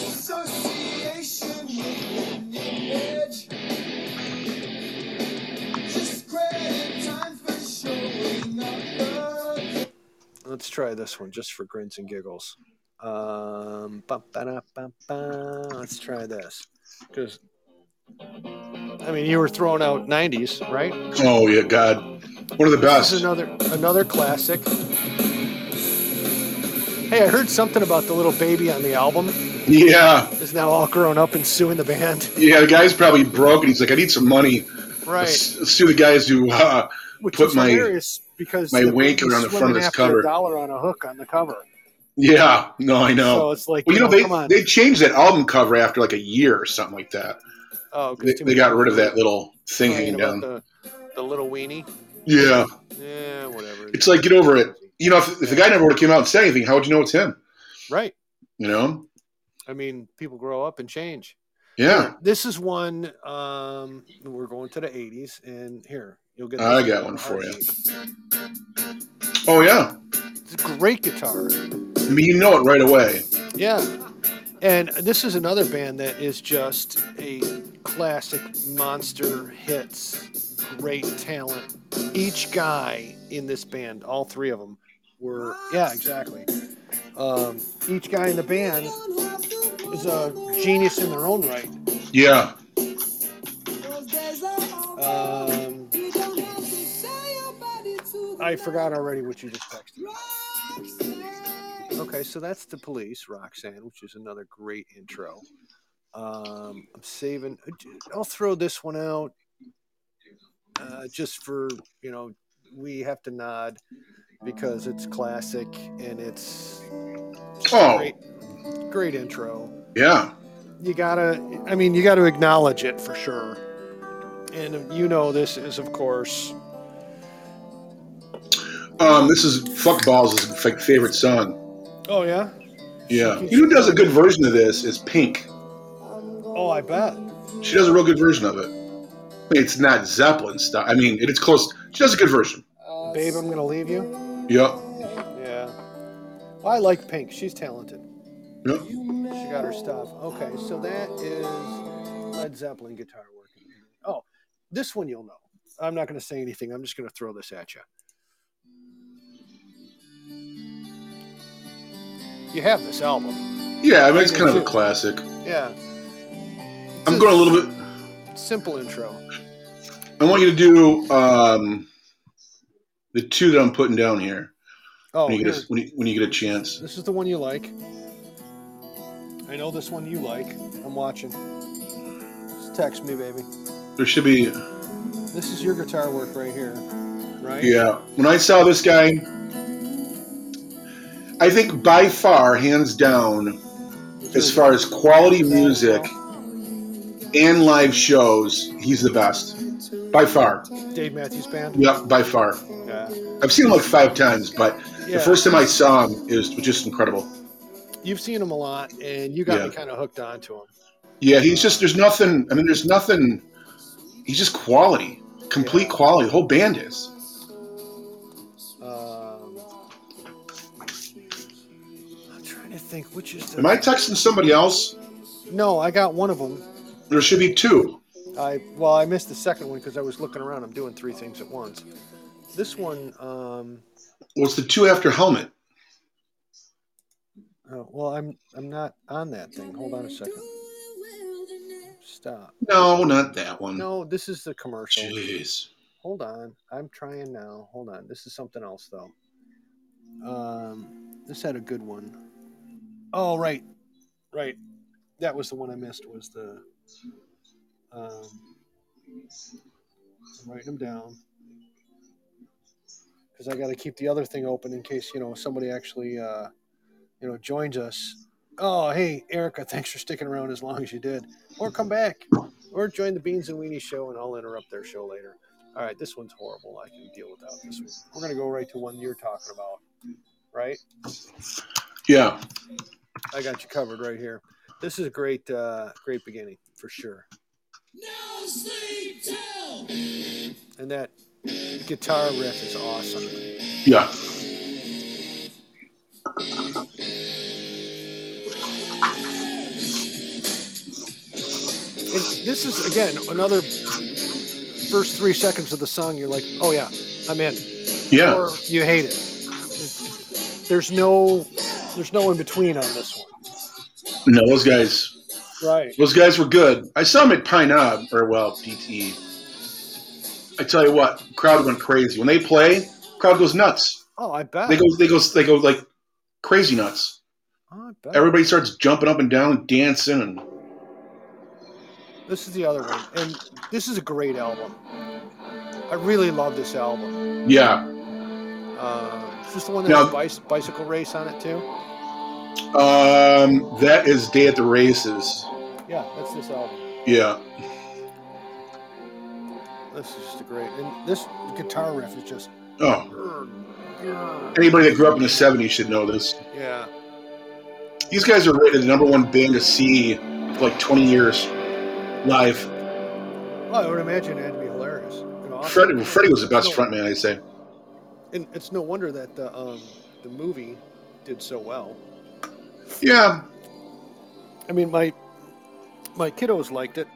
A: let's try this one just for grins and giggles. Um, ba ba ba ba Let's try this because I mean you were throwing out '90s, right?
B: Oh yeah, God, one of the
A: This is
B: best.
A: another another classic. Hey, I heard something about the little baby on the album
B: Yeah,
A: is now all grown up and suing the band.
B: yeah. The guy's probably broke, and he's like, "I need some money.
A: Right.
B: Let's, let's sue the guys who." Uh,
A: Which
B: Put
A: is
B: my-
A: hilarious because
B: my
A: the
B: wanker
A: baby's
B: on the front of
A: swimming
B: this
A: after
B: cover.
A: A dollar on a hook on the cover.
B: yeah, no, I know.
A: So it's like,
B: well, you know,
A: come on.
B: they they changed that album cover after like a year or something like that.
A: oh, 'cause
B: They,
A: too
B: they
A: many
B: got
A: people
B: rid of that little thing
A: complaining
B: hanging
A: about
B: down.
A: The, the little weenie.
B: yeah,
A: Yeah, whatever.
B: It's like, get over it. you know, if, if the guy never would have came out and said anything, how would you know it's him?
A: Right.
B: You know?
A: I mean, people grow up and change.
B: Yeah,
A: This is one. Um, we're going to the '80s, and here you'll get.
B: I
A: this
B: got
A: in a
B: one for you.
A: heartbeat.
B: Oh yeah,
A: It's a great guitar.
B: I mean, you know it right away.
A: Yeah. And this is another band that is just a classic monster hits, great talent. Each guy in this band, all three of them, were, yeah, exactly. Um, each guy in the band is a genius in their own right.
B: Yeah,
A: Um, I forgot already what you just texted. me. Okay, so that's the police, Roxanne, which is another great intro. Um, I'm saving. I'll throw this one out uh, just for you know we have to nod because it's classic and it's
B: Oh.
A: great, great intro.
B: yeah.
A: You gotta, I mean, you gotta acknowledge it for sure. And you know, this is of course
B: Um, this is Fuck Balls is my favorite song.
A: Oh yeah.
B: Yeah, you know who does a good version of this is Pink.
A: Oh, I bet.
B: She does a real good version of it. I mean, It's not Zeppelin stuff. I mean, it's close. She does a good version.
A: Babe, I'm gonna leave you.
B: Yep.
A: Yeah. Well, I like Pink. She's talented.
B: Yep.
A: She got her stuff. Okay, so that is Led Zeppelin guitar working. Oh, this one you'll know. I'm not going to say anything. I'm just going to throw this at you. You have this album.
B: Yeah, I mean, it's kind of a classic.
A: Yeah.
B: I'm going a little bit.
A: Simple intro.
B: I want you to do um, the two that I'm putting down here
A: Oh,
B: when, you get a,
A: here.
B: when, you, when you get a chance.
A: this is the one you like. I know this one you like. I'm watching. Just text me, baby.
B: There should be.
A: This is your guitar work right here, right?
B: Yeah. When I saw this guy, I think by far, hands down, as far as quality music and live shows, he's the best. By far.
A: Dave Matthews Band.
B: Yep, by far.
A: Yeah.
B: I've seen him like five times, but
A: yeah.
B: the first time I saw him is just incredible.
A: You've seen him a lot, and you got me
B: Yeah.
A: kind of hooked onto him.
B: Yeah, he's just there's nothing. I mean, there's nothing. He's just quality, complete quality. The whole band is.
A: Um, I'm trying to think which is the.
B: Am I texting somebody else?
A: no, I got one of them.
B: There should be two.
A: I well, I missed the second one because I was looking around. I'm doing three things at once. This one, um,
B: What's the two after helmet?
A: oh, well, I'm I'm not on that thing. Hold on a second. Stop.
B: No, not that one.
A: No, this is the commercial.
B: Jeez.
A: Hold on. I'm trying now. Hold on. This is something else though. Um, this had a good one. Oh right, right. That was the one I missed. Was the um, I'm writing them down because I got to keep the other thing open in case you know somebody actually uh, you know joins us. Oh hey Erica, thanks for sticking around as long as you did, or come back, or join the Beans and Weenie show, and I'll interrupt their show later. All right, this one's horrible. I can deal without this one. We're gonna go right to one you're talking about, right?
B: Yeah.
A: I got you covered right here. This is a great, uh, great beginning for sure.
D: No sleep till
A: And that guitar riff is awesome.
B: Yeah.
A: And this is again another first three seconds of the song. You're like, oh yeah, I'm in.
B: Yeah.
A: Or you hate it. There's no, there's no in between on this one.
B: No, those guys.
A: Right.
B: Those guys were good. I saw them at Pine Knob, or well, PTE. I tell you what, crowd went crazy when they play. Crowd goes nuts.
A: Oh, I bet.
B: They go. They go. They go like crazy nuts.
A: oh, I bet.
B: Everybody starts jumping up and down, and dancing, and
A: This is the other one, and this is a great album. I really love this album.
B: Yeah.
A: Uh, is this the one that
B: Now-
A: has bic- bicycle race on it too?
B: Um, that is Day at the Races.
A: Yeah, that's this album.
B: Yeah.
A: This is just a great, and this guitar riff is just.
B: Oh, anybody that grew up in the 70s should know this.
A: Yeah,
B: These guys are rated the number one band to see for like 20 years live.
A: well, I would imagine that'd be hilarious. and awesome.
B: Freddie, Freddie was the best
A: No-
B: frontman, I'd say.
A: And it's no wonder that the um, the movie did so well.
B: Yeah.
A: I mean, my my kiddos liked it,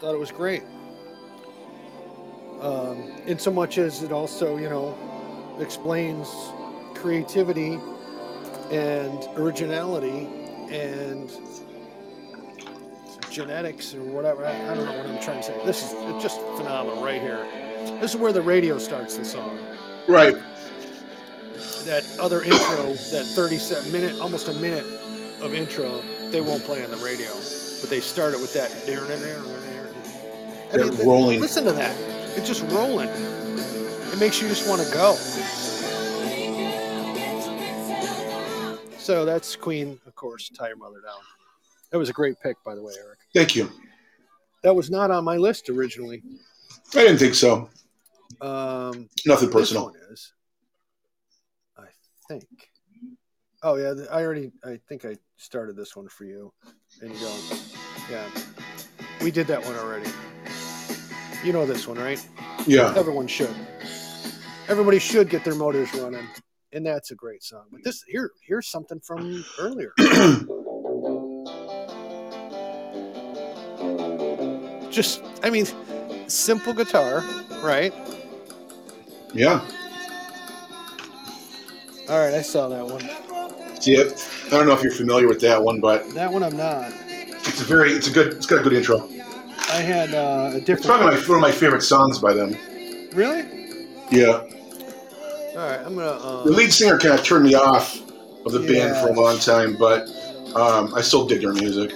A: thought it was great. Um, in so much as it also, you know, explains creativity and originality and genetics or whatever. I, I don't know what I'm trying to say. This is it's just phenomenal right here. This is where the radio starts the song.
B: Right.
A: That other intro, that 37 minute, almost a minute of intro, they won't play on the radio, but they start it with that. I
B: They're
A: mean, th-
B: rolling.
A: Listen to that. It's just rolling. It makes you just want to go. So that's Queen, of course, Tie Your Mother Down. That was a great pick, by the way, Eric.
B: Thank you.
A: That was not on my list originally.
B: I didn't think so.
A: Um,
B: Nothing
A: this
B: personal.
A: one is, I think. Oh yeah, th- I already. I think I started this one for you, and you don't. Yeah, we did that one already. You know this one, right?
B: Yeah.
A: Everyone should. Everybody should get their motors running, and that's a great song. But this here, here's something from earlier. Just, I mean, simple guitar, right?
B: Yeah.
A: All right, I saw that one.
B: See it? I don't know if you're familiar with that one, but
A: That one I'm not.
B: it's a very, it's a good, it's got a good intro.
A: I had uh, a
B: It's probably
A: different.
B: my, one of my favorite songs by them.
A: Really?
B: Yeah.
A: All right, I'm
B: The
A: gonna. Um,
B: lead singer kind of turned me off of the band
A: Yeah.
B: for a long time, but um, I still dig their music.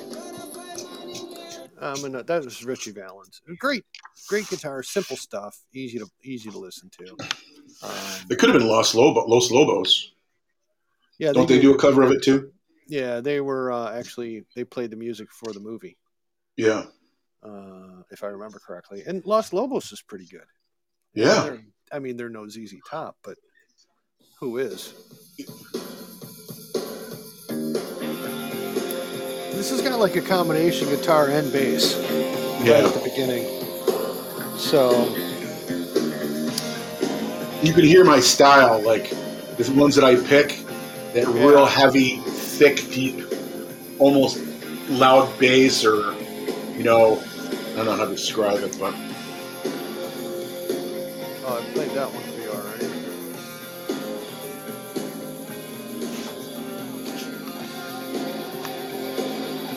A: I'm gonna. That was Richie Valens. Great, great guitar, simple stuff, easy to easy to listen to. Um,
B: It could have been Los, Lobo, Los Lobos.
A: yeah,
B: Don't they do a cover of it too?
A: Yeah, they were uh, actually they played the music for the movie,
B: Yeah.
A: uh, if I remember correctly. And Los Lobos is pretty good.
B: Yeah.
A: They're- I mean, they're no ZZ Top, but who is? This has got like a combination guitar and bass right at
B: Yeah.
A: the beginning. So
B: You could hear my style, like the ones that I pick, that real heavy, thick, deep, almost loud bass, or, you know, I don't know how to describe it, but
A: Oh, I played that one for you already.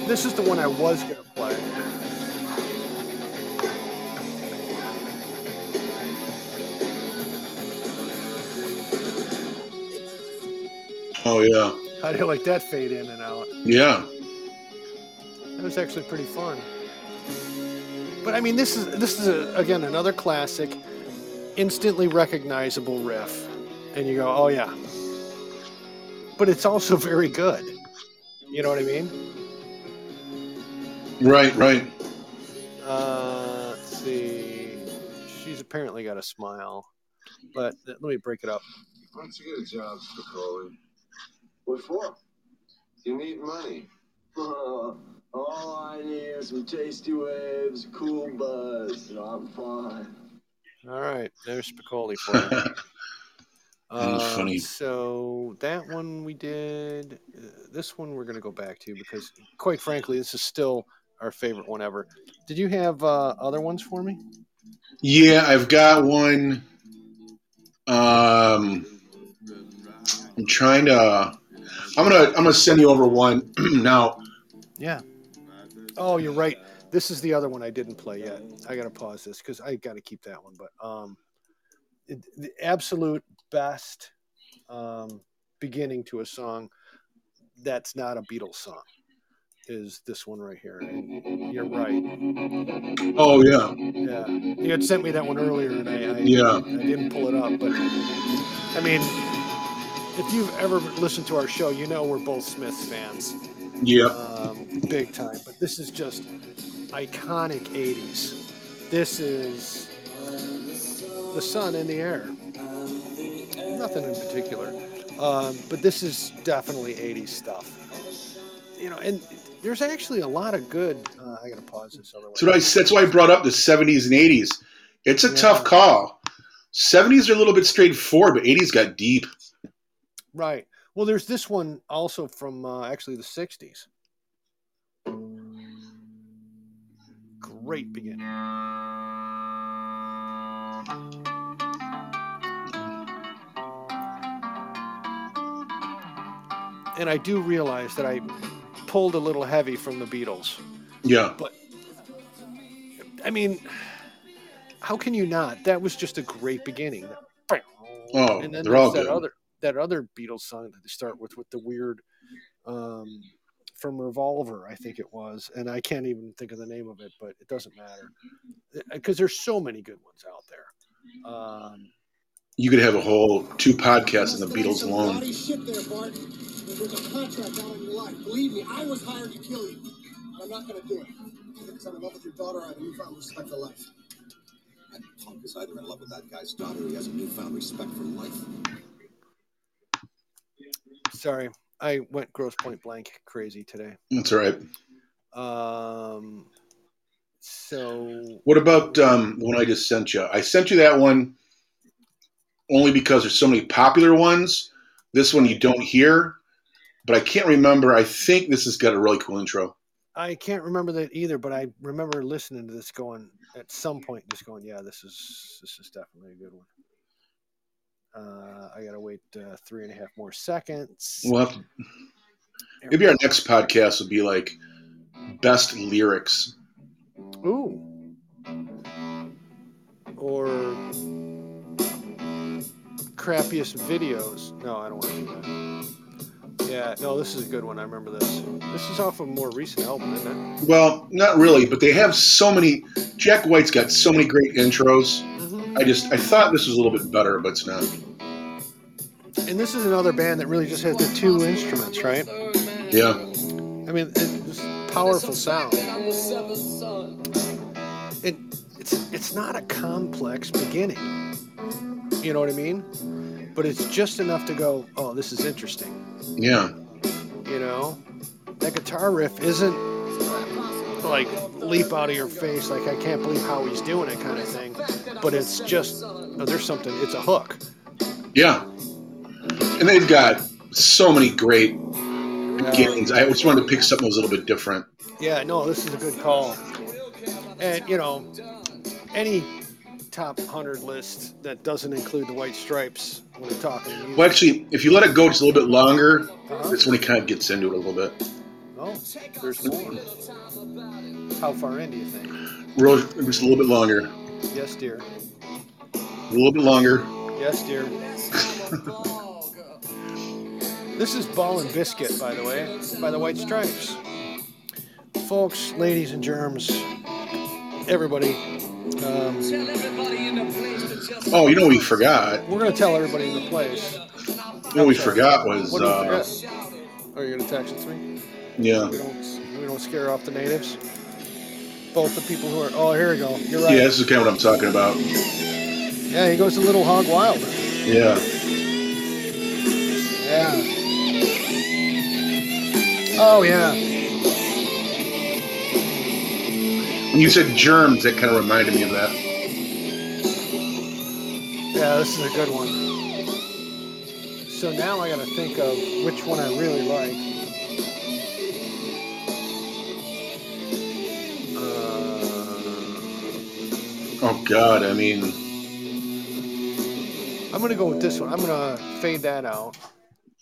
A: This is the one I was going to play.
B: oh, yeah.
A: How do you like that fade in and out?
B: Yeah.
A: That was actually pretty fun. But I mean, this is this is a, again another classic, instantly recognizable riff, and you go, "Oh yeah." But it's also very good. You know what I mean?
B: Right, right.
A: Uh, let's see. She's apparently got a smile, but let me break it up.
E: Why don't you get a job, Spicoli? What for? You need money.
D: All I need is some tasty waves, cool buzz, and I'm fine.
A: All right, there's Spicoli for you.
B: That is
A: Uh,
B: funny.
A: So that one we did. Uh, this one we're going to go back to because, quite frankly, this is still our favorite one ever. Did you have uh, other ones for me?
B: Yeah, I've got one. Um, I'm trying to. I'm gonna. I'm gonna send you over one now.
A: Yeah. Oh, you're right. This is the other one I didn't play yet. I got to pause this because I got to keep that one. But um, it, the absolute best um, beginning to a song that's not a Beatles song is this one right here. And you're right.
B: Oh yeah,
A: Yeah, you had sent me that one earlier, and I, I
B: Yeah.
A: I didn't pull it up. But I mean, if you've ever listened to our show, you know we're both Smiths fans,
B: yeah,
A: um, big time. But this is just iconic '80s. This is the sun in the air. Nothing in particular, um, but this is definitely '80s stuff. You know, and there's actually a lot of good. Uh, I gotta pause this otherwise.
B: That's what I. That's why I brought up the '70s and '80s. It's a
A: Yeah.
B: tough call. '70s are a little bit straightforward, but '80s got deep.
A: Right. Well, there's this one also from uh, actually the 60s. Great beginning. And I do realize that I pulled a little heavy from the Beatles.
B: Yeah,
A: I mean, how can you not? That was just a great beginning.
B: Oh,
A: and then
B: they're all
A: there's that
B: good.
A: other that other Beatles song that they start with with the weird um, from Revolver, I think it was, and I can't even think of the name of it, but it doesn't matter because there's so many good ones out there. Um,
B: you could have a whole two podcasts on the Beatles alone.
C: Bloody shit there, Bart. There's a contract out on your life. Believe me, I was hired to kill you. And I'm not gonna do it. Either because I'm in love with your daughter, I have a newfound respect for life.
F: That punk is either in love with that guy's daughter or he has a newfound respect for life.
A: sorry, I went gross point blank crazy today.
B: That's all right.
A: Um, so
B: What about um, the one I just sent you? I sent you that one only because there's so many popular ones. This one you don't hear, but I can't remember. I think this has got a really cool intro.
A: I can't remember that either, but I remember listening to this going at some point, just going, "Yeah, this is this is definitely a good one." Uh, I gotta wait uh, three and a half more seconds.
B: We'll have to, maybe our next podcast will be like best lyrics.
A: Ooh. Or crappiest videos. No, I don't want to do that. Yeah, no, this is a good one. I remember this. This is off a more recent album, isn't it?
B: Well, not really, but they have so many. Jack White's got so many great intros. I just I thought this was a little bit better, but it's not.
A: And this is another band that really just has the two instruments, right?
B: Yeah,
A: I mean, it's just powerful sound. And it's it's not a complex beginning. You know what I mean? But it's just enough to go, oh, this is interesting.
B: yeah.
A: you know that guitar riff isn't like leap out of your face like i can't believe how he's doing it kind of thing but it's just oh, there's something it's a hook
B: Yeah. And they've got so many great beginnings. I just wanted to pick something that was a little bit different.
A: yeah no this is a good call and you know any top 100 list that doesn't include the white stripes when we're talking music.
B: Well, actually, if you let it go just a little bit longer,
A: Uh-huh.
B: that's when he kind of gets into it a little bit.
A: oh there's more how far in do you think
B: Real, just a little bit longer.
A: yes dear
B: A little bit longer.
A: yes dear this is ball and biscuit by the way by the white stripes folks ladies and germs everybody um,
B: Oh, you know what we forgot?
A: we're going to tell everybody in the place
B: You know what we forgot was,
A: what do you
B: uh,
A: forget are you going to tax it three
B: yeah.
A: we don't we don't scare off the natives both the people who are oh here we go you're right
B: Yeah, this is kind of what I'm talking about.
A: yeah he goes a little hog wild
B: Yeah.
A: Yeah. Oh yeah.
B: When you said germs, that kind of reminded me of that.
A: Yeah, this is a good one. So now I gotta think of which one I really like. Uh,
B: Oh, God. I mean,
A: I'm gonna go with this one. I'm gonna fade that out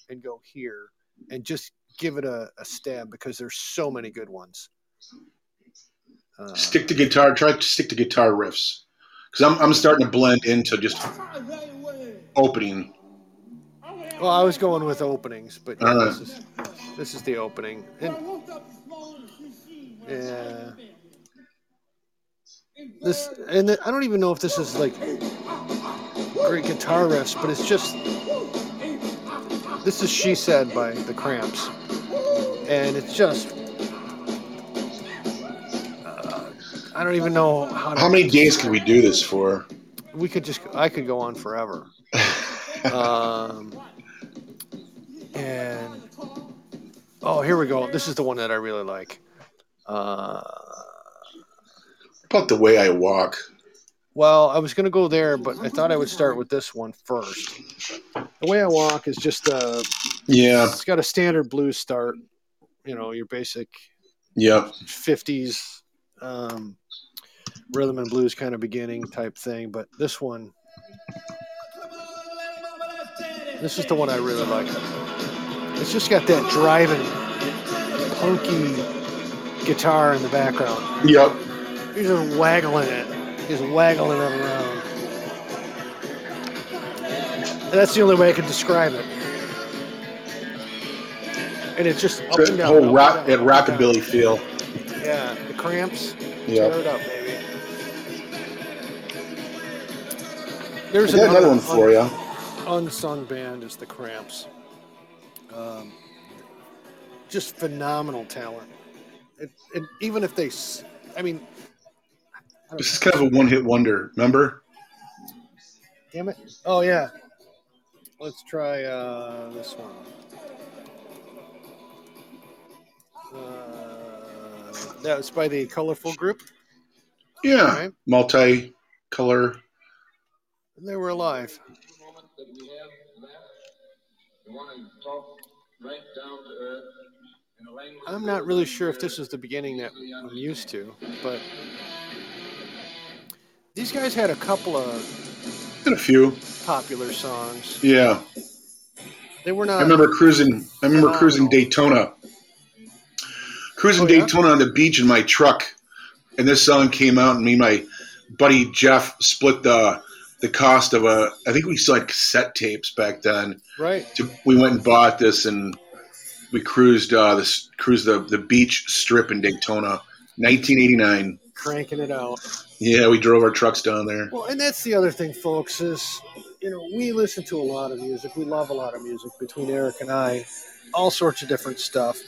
A: and go here and just give it a, a stab because there's so many good ones. Uh,
B: stick to guitar. Try to stick to guitar riffs. Because I'm, I'm starting to blend into just opening.
A: Well, I was going with openings, but yeah,
B: Alright.
A: this is this is the opening. And yeah. This and I don't even know if this is like great guitar riffs, but it's just this is "She Said" by the Cramps, and it's just uh, I don't even know how. To,
B: How many days can we do this for?
A: We could just I could go on forever. Um, and oh, here we go. This is the one that I really like. Uh,
B: About the way I walk.
A: well, I was gonna go there, but I thought I would start with this one first. The way I walk is just uh,
B: Yeah.
A: it's got a standard blues start. You know, your basic
B: Yeah.
A: '50s um, rhythm and blues kind of beginning type thing. But this one, this is the one I really like. It's just got that driving, punky guitar in the background.
B: Yep.
A: He's just waggling it. He's waggling it around. And that's the only way I can describe it. And it's just up and
B: That
A: down. up
B: whole
A: and
B: rock, that
A: down, up and down.
B: rockabilly feel.
A: Yeah, the cramps. Tear
B: Yeah.
A: it up, baby. There's
B: I got another
A: un-
B: one for you.
A: Unsung band is the Cramps. Um, just phenomenal talent. It, and even if they, s- I mean, I
B: This is
A: don't
B: kind of a one hit wonder, remember?
A: damn it. Oh yeah. Let's try uh, this one. Uh, that was by the Colorful Group.
B: Yeah.
A: Right.
B: Multi color.
A: They were alive.
E: that we have left, we want to talk right down to earth in a
A: I'm not really sure if this was the beginning that I'm used to, but these guys had a couple of
B: Did a few.
A: popular songs.
B: Yeah.
A: They were not.
B: I remember cruising. I remember
A: Uh, phenomenal.
B: cruising Daytona. Cruising
A: Oh, yeah?
B: Daytona on the beach in my truck, and this song came out, and me and my buddy Jeff split the the cost of a. I think we still had cassette tapes back then.
A: Right.
B: To, we went and bought this, and we cruised uh, this cruised the the beach strip in Daytona, 1989.
A: Cranking it out.
B: Yeah, we drove our trucks down there.
A: Well, and that's the other thing, folks, is, you know, we listen to a lot of music. We love a lot of music between Eric and I, all sorts of different stuff.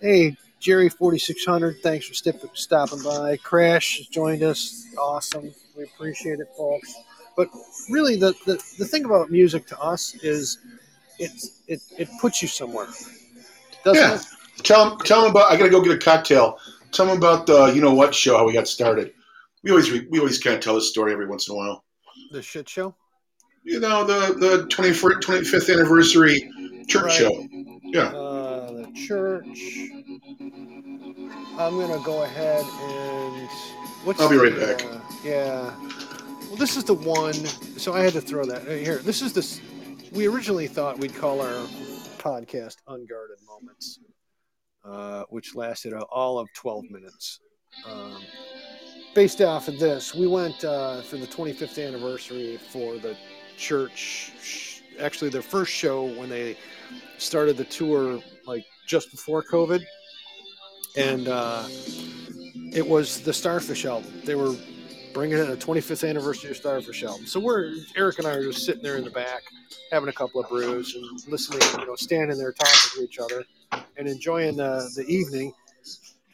A: Hey, Jerry4600, thanks for stip- stopping by. Crash has joined us. Awesome. We appreciate it, folks. But really, the, the, the thing about music to us is it's, it, it puts you somewhere. Doesn't
B: Yeah.
A: it?
B: Tell them, tell them about. I gotta go get a cocktail. Tell them about the you know what show how we got started. We always re, we always kind of tell this story every once in a while.
A: The shit show?
B: You know the the 24th, 25th anniversary church
A: Right.
B: show.
A: Uh, the church. I'm gonna go ahead and. What's
B: I'll be right
A: the,
B: back.
A: uh, yeah. Well, this is the one. So I had to throw that uh, here. This is this. We originally thought we'd call our podcast "Unguarded Moments," uh, which lasted all of 12 minutes. Um, based off of this, we went uh, for the 25th anniversary for the church. Actually, their first show when they started the tour like just before COVID, and uh, it was the Starfish album. They were bringing in a 25th anniversary of Starfish album. So we're Eric and I are just sitting there in the back, having a couple of brews and listening, you know, standing there talking to each other and enjoying the, the evening.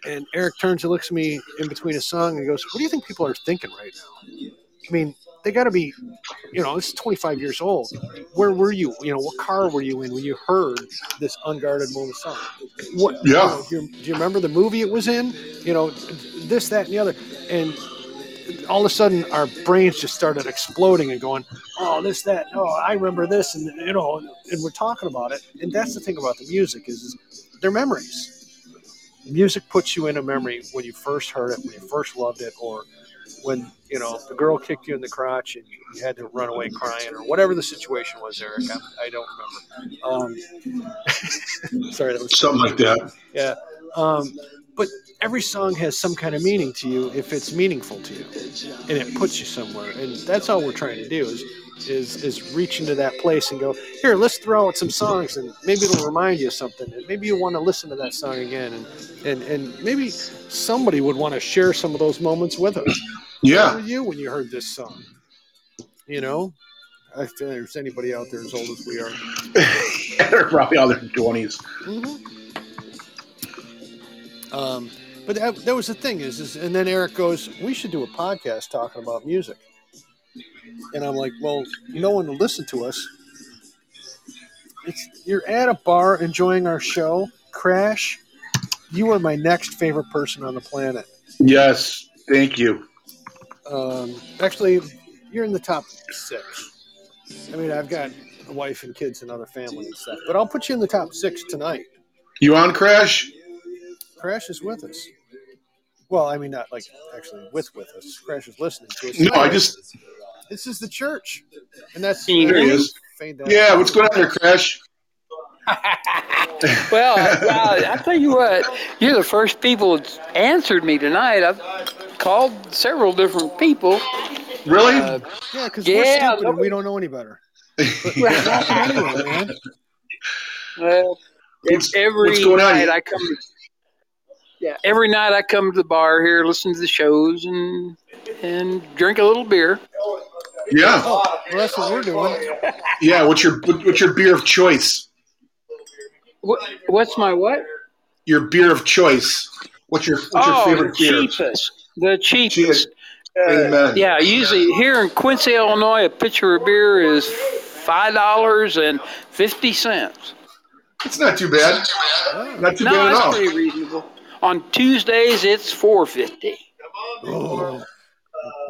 A: And Eric turns and looks at me in between a song and goes, "What do you think people are thinking right now? I mean, they got to be, you know, it's 25 years old. Where were you? You know, what car were you in when you heard this unguarded moment song? What?
B: Yeah.
A: you know, do, you, do you remember the movie it was in? You know, this, that, and the other. And all of a sudden, our brains just started exploding and going, "Oh, this, that. Oh, I remember this," and you know, and we're talking about it. And that's the thing about the music is, is they're memories music puts you in a memory when you first heard it, when you first loved it, or when you know the girl kicked you in the crotch and you, you had to run away crying, or whatever the situation was, Eric. I'm, I don't remember. Um, sorry, that was
B: Something like that.
A: yeah. Um, but every song has some kind of meaning to you if it's meaningful to you, and it puts you somewhere. And that's all we're trying to do is is is reach into that place and go here. Let's throw out some songs, and maybe it'll remind you of something. And maybe you want to listen to that song again, and and and maybe somebody would want to share some of those moments with us. Where
B: Yeah.
A: were you when you heard this song? You know, I feel there's anybody out there as old as we are.
B: They're probably all their 20s.
A: Mm-hmm. Um, but that, that was the thing is, is, and then Eric goes, "We should do a podcast talking about music." And I'm like, "Well, no one will listen to us. It's you're at a bar enjoying our show, Crash. You are my next favorite person on the planet.
B: Yes. Thank you.
A: Um, actually, you're in the top six. I mean, I've got a wife and kids and other family and stuff, but I'll put you in the top six tonight."
B: You on Crash?
A: Crash is with us. Well, I mean, not like actually with with us. Crash is listening to us.
B: No, I just.
A: this is the church, and that's
B: There he is.
A: Fade out.
B: Yeah. What's going on there, Crash?
G: well, wow, I tell you what, you're the first people that's answered me tonight. I've called several different people.
B: Really?
G: Uh,
A: yeah, because we're
G: Yeah,
A: stupid and
G: nobody-
A: we don't know any better. Anyway, man.
G: well,
B: What's-
G: every
B: what's going on?
G: night I come. Yeah, every night I come to the bar here, listen to the shows, and and drink a little beer.
B: yeah.
A: Oh, well, that's what we're doing.
B: Yeah. What's your what- What's your beer of choice?
G: What, what's my what?
B: Your beer of choice. What's your What's your
G: oh,
B: favorite
G: the
B: beer?
G: cheapest. The cheapest.
B: Amen.
G: Yeah, usually here in Quincy, Illinois, a pitcher of beer is five dollars and fifty cents.
B: It's not too bad. Not too
G: No,
B: bad at
G: that's
B: all.
G: pretty reasonable. On Tuesdays, it's four fifty.
A: Oh,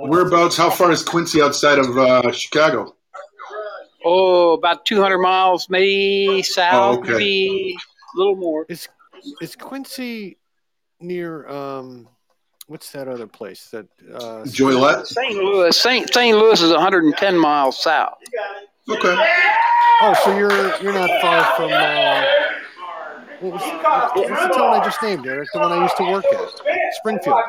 B: Whereabouts? How far is Quincy outside of uh, Chicago?
G: Oh, about two hundred miles, maybe south,
B: okay.
G: maybe a little more.
A: is Is Quincy near um, what's that other place that uh,
B: Joylette.
G: St. Louis, St. St. Louis is 110 miles south.
B: Okay.
A: Oh, so you're you're not far from. Uh, what was, what was the town I just named, Eric? The one I used to work at, Springfield.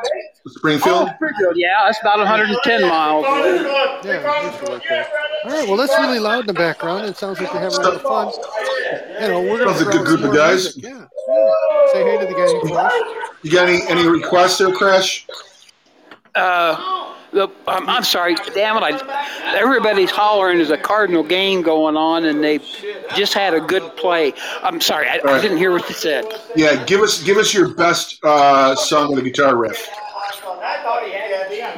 B: Springfield.
G: Oh, Yeah, it's about 110 miles.
A: Yeah, I used to work there. All right, well that's really loud in the background. It sounds like they're having a lot of fun. You know, we're gonna
B: Sounds
A: throw
B: a good group of
A: some more
B: guys.
A: music. Yeah, yeah. Say hey to the guy who calls.
B: You got any any requests there, Crash?
G: Uh, the, I'm, I'm sorry, damn it! I, everybody's hollering. There's a Cardinal game going on, and they just had a good play. I'm sorry, I, I didn't hear what you said.
B: Yeah, give us give us your best uh, song with a guitar riff.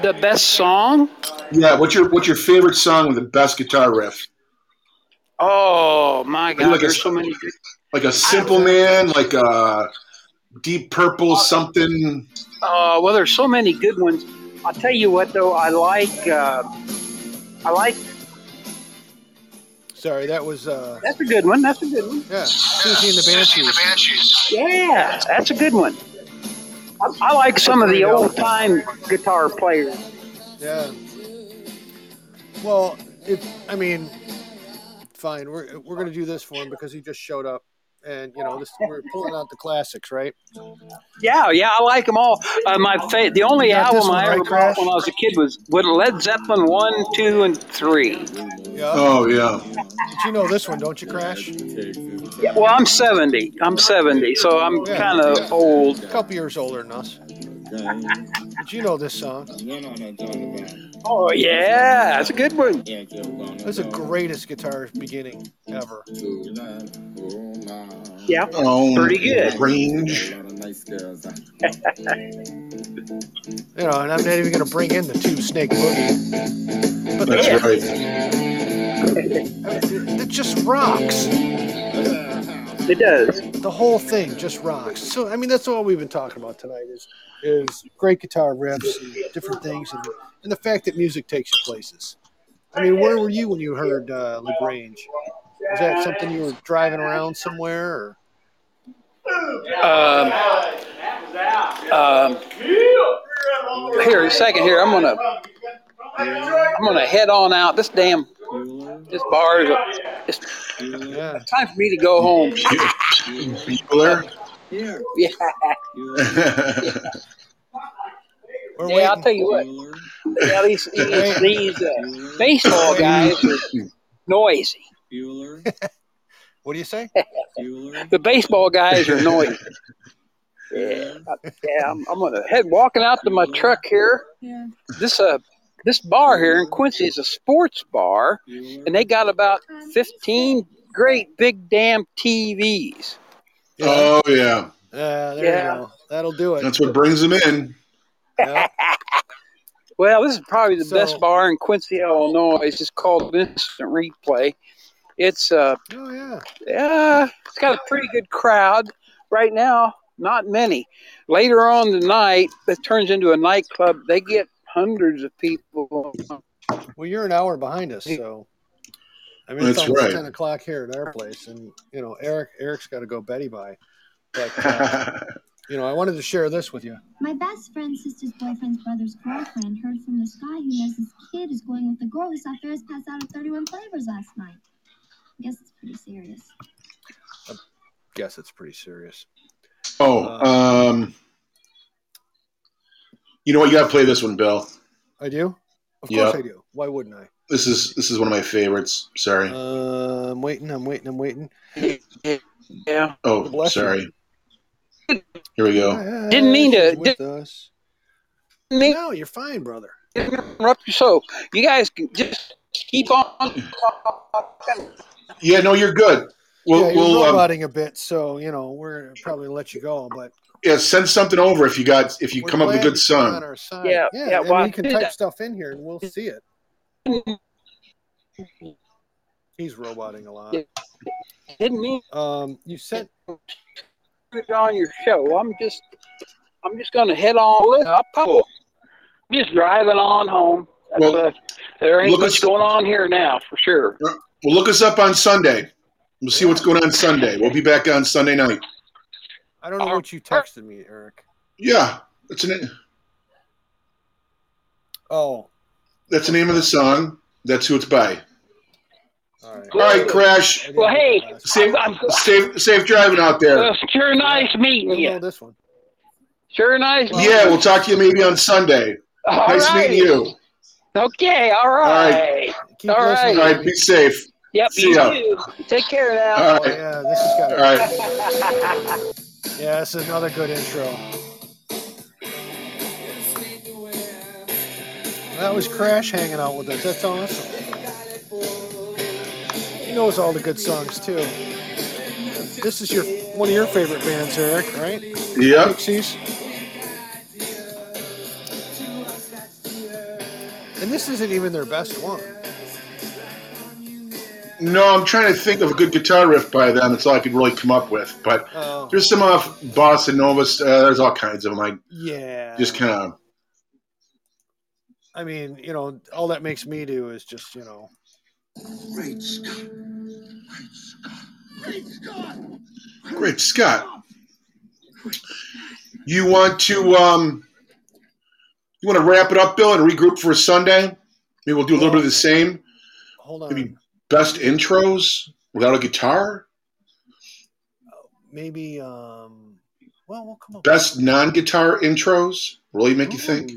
G: The best song?
B: Yeah, what's your what's your favorite song with the best guitar riff?
G: Oh my
B: like
G: God!
B: a-
G: There's so many. good-
B: Like a Simple Man, like a Deep Purple, something.
G: Uh, well, there's so many good ones. I'll tell you what, though, I like. Uh, I like.
A: Sorry, that was uh,
G: That's a good one. That's a good one.
A: yeah, Susie and the Banshees.
G: Yeah, that's a good one. I, I like some of the old time guitar players.
A: Yeah. Well, if I mean, fine. We're we're gonna do this for him because he just showed up, and you know, this we're pulling out the classics, right?
G: Yeah, yeah, I like them all. Uh, my fa- the only
A: Not this
G: album
A: one,
G: I ever
A: right, Crash?
G: bought when I was a kid was with Led Zeppelin one, two, and three.
A: Yeah.
B: Oh yeah.
A: But you know this one, don't you, Crash? A
G: Yeah, well, I'm seventy. I'm seventy, so I'm
A: Yeah.
G: kind of old.
A: couple years older than us. But you know this song.
G: Oh yeah, that's a good one.
A: That's the greatest guitar beginning ever.
G: Yeah,
B: Oh,
G: Pretty good.
B: Range.
A: You know, and I'm not even gonna bring in the two snake boogie. But
B: That's
A: that,
B: right.
A: that just rocks.
G: it does.
A: The whole thing just rocks. So I mean, that's all we've been talking about tonight is is great guitar riffs and different things, and, and the fact that music takes you places. I mean, where were you when you heard uh, Lagrange? Was that something you were driving around somewhere? Or?
G: Um, um, here, a second. Here, I'm gonna, I'm gonna head on out. This damn, this bar is. A, it's
A: Yeah,
G: time for me to go home.
B: Bueller?
G: Yeah,
A: we're
G: yeah I'll
A: waiting.
G: tell you what. Yeah, these these, these uh, baseball guys are noisy.
A: What do you say?
G: The baseball guys are noisy. Yeah, I- yeah. I'm, I'm gonna head walking out to my truck here. This uh, this bar here in Quincy is a sports bar, and they got about 15 great big damn TVs.
B: oh yeah.
A: Uh, there
G: Yeah.
A: you go. That'll do it.
B: That's what brings them in.
A: Yeah.
G: Well, this is probably the
A: So-
G: best bar in Quincy, Illinois. It's just called Instant Replay. It's uh,
A: Oh yeah.
G: Yeah, it's got a pretty good crowd right now. Not many. Later on tonight, it turns into a nightclub. They get hundreds of people.
A: Well, you're an hour behind us, so I mean, it's
B: That's
A: almost
B: right.
A: ten o'clock here at our place, and you know, Eric, Eric's got to go Betty by. But uh,
B: oh
A: you know, I wanted to share this with you.
H: My best friend's sister's boyfriend's brother's girlfriend heard from this guy who knows his kid is going with the girl who saw Ferris pass out at 31 Flavors last night. I guess it's pretty serious.
A: Guess it's pretty serious.
B: um You know what, you gotta play this one, Bill.
A: I do. Of course
B: Yeah.
A: I do. Why wouldn't I?
B: This is this is one of my favorites. Sorry.
A: Uh, I'm waiting. I'm waiting. I'm waiting.
G: Yeah,
B: oh,
A: bless you.
B: sorry. Here we go.
G: Didn't mean to-
A: She's With us.
G: didn't
A: No, you're fine, brother.
G: interrupt you. So you guys can just keep on talking.
B: Yeah, no, you're good.
A: yeah,
B: We'll
A: you're
B: we'll um,
A: roboting a bit, so you know we're probably let you go, but
B: yeah, send something over if you got if you
A: we're
B: come up with a
A: glad
B: good
A: you're on
B: song.
A: our side.
G: Yeah,
A: yeah.
G: yeah,
A: I mean,
G: well,
A: you can
G: I did
A: type
G: that.
A: stuff in here, and we'll see it. He's roboting a lot.
G: Yeah. Didn't mean
A: Um, you sent.
G: to put it on your show. I'm just, I'm just gonna head on. with- I'm just driving on home. That's,
B: Well,
G: uh, there ain't
B: look
G: much
B: at-
G: going on here now, for sure.
B: Well, look us up on Sunday. We'll see what's going on Sunday. We'll be back on Sunday night.
A: I don't know what you texted me, Eric.
B: Yeah, that's an
A: Oh,
B: that's the name of the song. That's who it's by.
A: all right.
B: All right, Crash.
A: I didn't
G: Well,
A: get
G: hey,
A: the last one.
G: I'm, I'm,
B: Safe, safe driving out there.
G: uh, sure nice
A: I
G: meeting
A: don't know
G: you.
A: this one.
G: Sure nice meeting
B: Yeah, we'll talk to you maybe on Sunday.
G: All
B: nice
G: right.
B: meeting you.
G: Okay, all right.
A: Keep
G: All
B: All
A: listening.
G: right.
B: right, be safe.
G: Yep,
B: See
G: you
B: ya.
G: too. Take care now.
B: All
A: Oh,
B: right,
A: yeah, this has got
B: all
A: to
B: right.
A: Yeah, this is another good intro. That was Crash hanging out with us. That's awesome. He knows all the good songs too. This is your one of your favorite bands, Eric, right?
B: Yep.
A: Pixies. And this isn't even their best one.
B: No, I'm trying to think of a good guitar riff by them. That's all I could really come up with. But
A: Oh,
B: there's some off Bossa Nova. Uh, there's all kinds of them. I
A: yeah.
B: just kind of
A: I mean, you know, all that makes me do is just, you know,
F: Great Scott.
B: Great Scott. You want to um you want to wrap it up, Bill, and regroup for Sunday? Maybe we'll do a little bit of the same.
A: hold
B: Maybe
A: on.
B: best intros without a guitar?
A: Maybe, um, well, we'll come up.
B: Best non-guitar intros? Really make you think?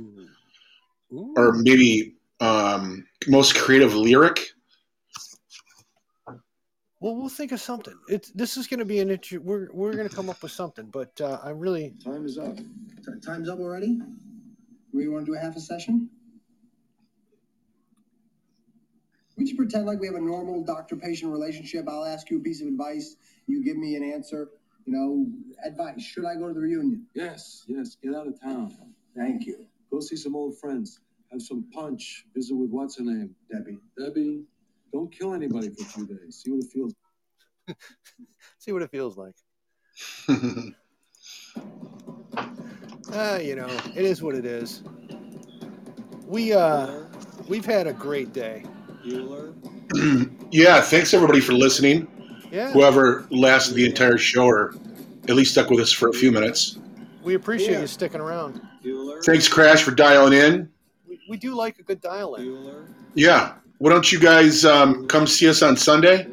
A: Ooh.
B: Or maybe um most creative lyric?
A: Well, we'll think of something. It's this is going to be an issue. We're we're going to come up with something, but uh, I really
E: Time is up.
C: T- Time's up already? We want to do a half a session? We just pretend like we have a normal doctor patient relationship. I'll ask you a piece of advice. You give me an answer. You know, advice. Should I go to the reunion?
E: Yes, yes, get out of town.
C: Thank you,
E: Go see some old friends. Have some punch. Visit with what's her name?
C: Debbie.
E: Debbie. Don't kill anybody for two days. See what it feels
A: see what it feels like. Ah, you know, it is what it is. We uh, we've had a great day.
E: Bueller.
B: yeah, thanks everybody for listening.
A: Yeah,
B: Whoever lasted the entire show or at least stuck with us for a few minutes.
A: we appreciate
E: Yeah.
A: you sticking around.
E: Bueller.
B: Thanks, Crash, for dialing in.
A: We, we do like a good dialect.
E: Bueller.
B: Yeah. Why don't you guys um, come see us on Sunday?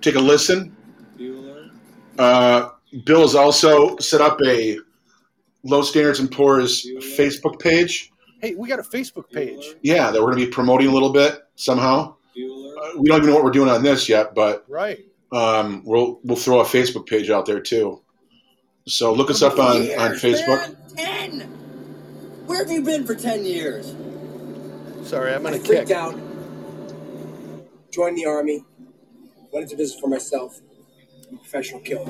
B: Take a listen.
E: Bueller.
B: Uh, Bill's also set up a Low Standards and Poor's Facebook page.
A: Hey, we got a Facebook page,
B: Yeah, that we're going to be promoting a little bit somehow.
E: Bueller.
B: Uh, we don't even know what we're doing on this yet, but
A: right?
B: um, we'll we'll throw a Facebook page out there too. So look us up on, on Facebook.
I: Ten. Where have you been for ten years?
A: Sorry, I'm on
I: I
A: a
I: freaked
A: kick.
I: out. Joined the army. Wanted to visit for myself. I'm a professional killer.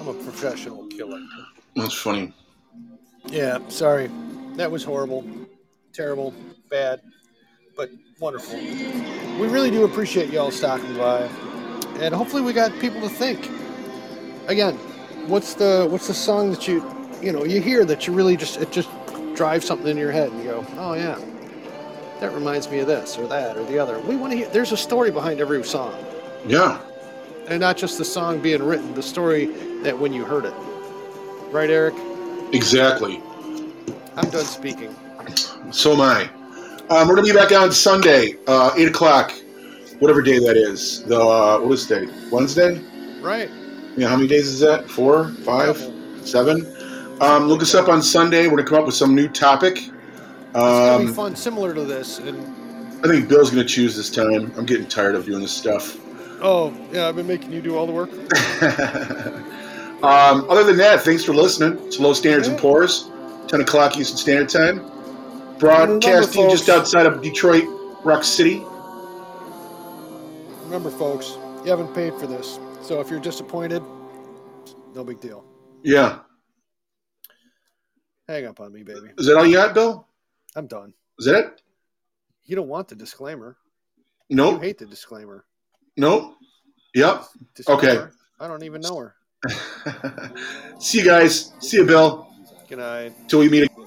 A: I'm a professional killer.
B: That's funny.
A: Yeah, sorry, that was horrible, terrible, bad, but wonderful. We really do appreciate y'all stopping by, and hopefully we got people to think. Again, what's the what's the song that you you know you hear that you really just it just drives something in your head and you go, oh yeah, that reminds me of this or that or the other. We want to hear. There's a story behind every song,
B: Yeah.
A: and not just the song being written, the story that when you heard it. Right, Eric?
B: Exactly.
A: I'm done speaking.
B: So am I. Um, we're gonna be back on Sunday, uh, eight o'clock, whatever day that is. The uh, what is today? Wednesday.
A: Right.
B: Yeah, how many days is that? Four, five, seven. Um, look us up on Sunday. We're gonna come up with some new topic.
A: It's gonna be
B: Um,
A: fun, similar to this, and
B: I think Bill's gonna choose this time. I'm getting tired of doing this stuff.
A: oh yeah, I've been making you do all the work.
B: um, other than that, thanks for listening. It's Low Standards and Pours, ten o'clock Eastern Standard Time. Broadcasting
A: Remember,
B: just
A: folks-
B: outside of Detroit, Rock City.
A: Remember, folks, you haven't paid for this, so if you're disappointed, no big deal.
B: Yeah.
A: Hang up on me, baby.
B: Is that all you got, Bill?
A: I'm done.
B: Is that it?
A: You don't want the disclaimer. You
B: Nope.
A: hate the disclaimer.
B: Nope. Yep.
A: disclaimer.
B: Okay.
A: I don't even know her.
B: See you guys. See you, Bill.
A: Good night.
B: Till we meet again.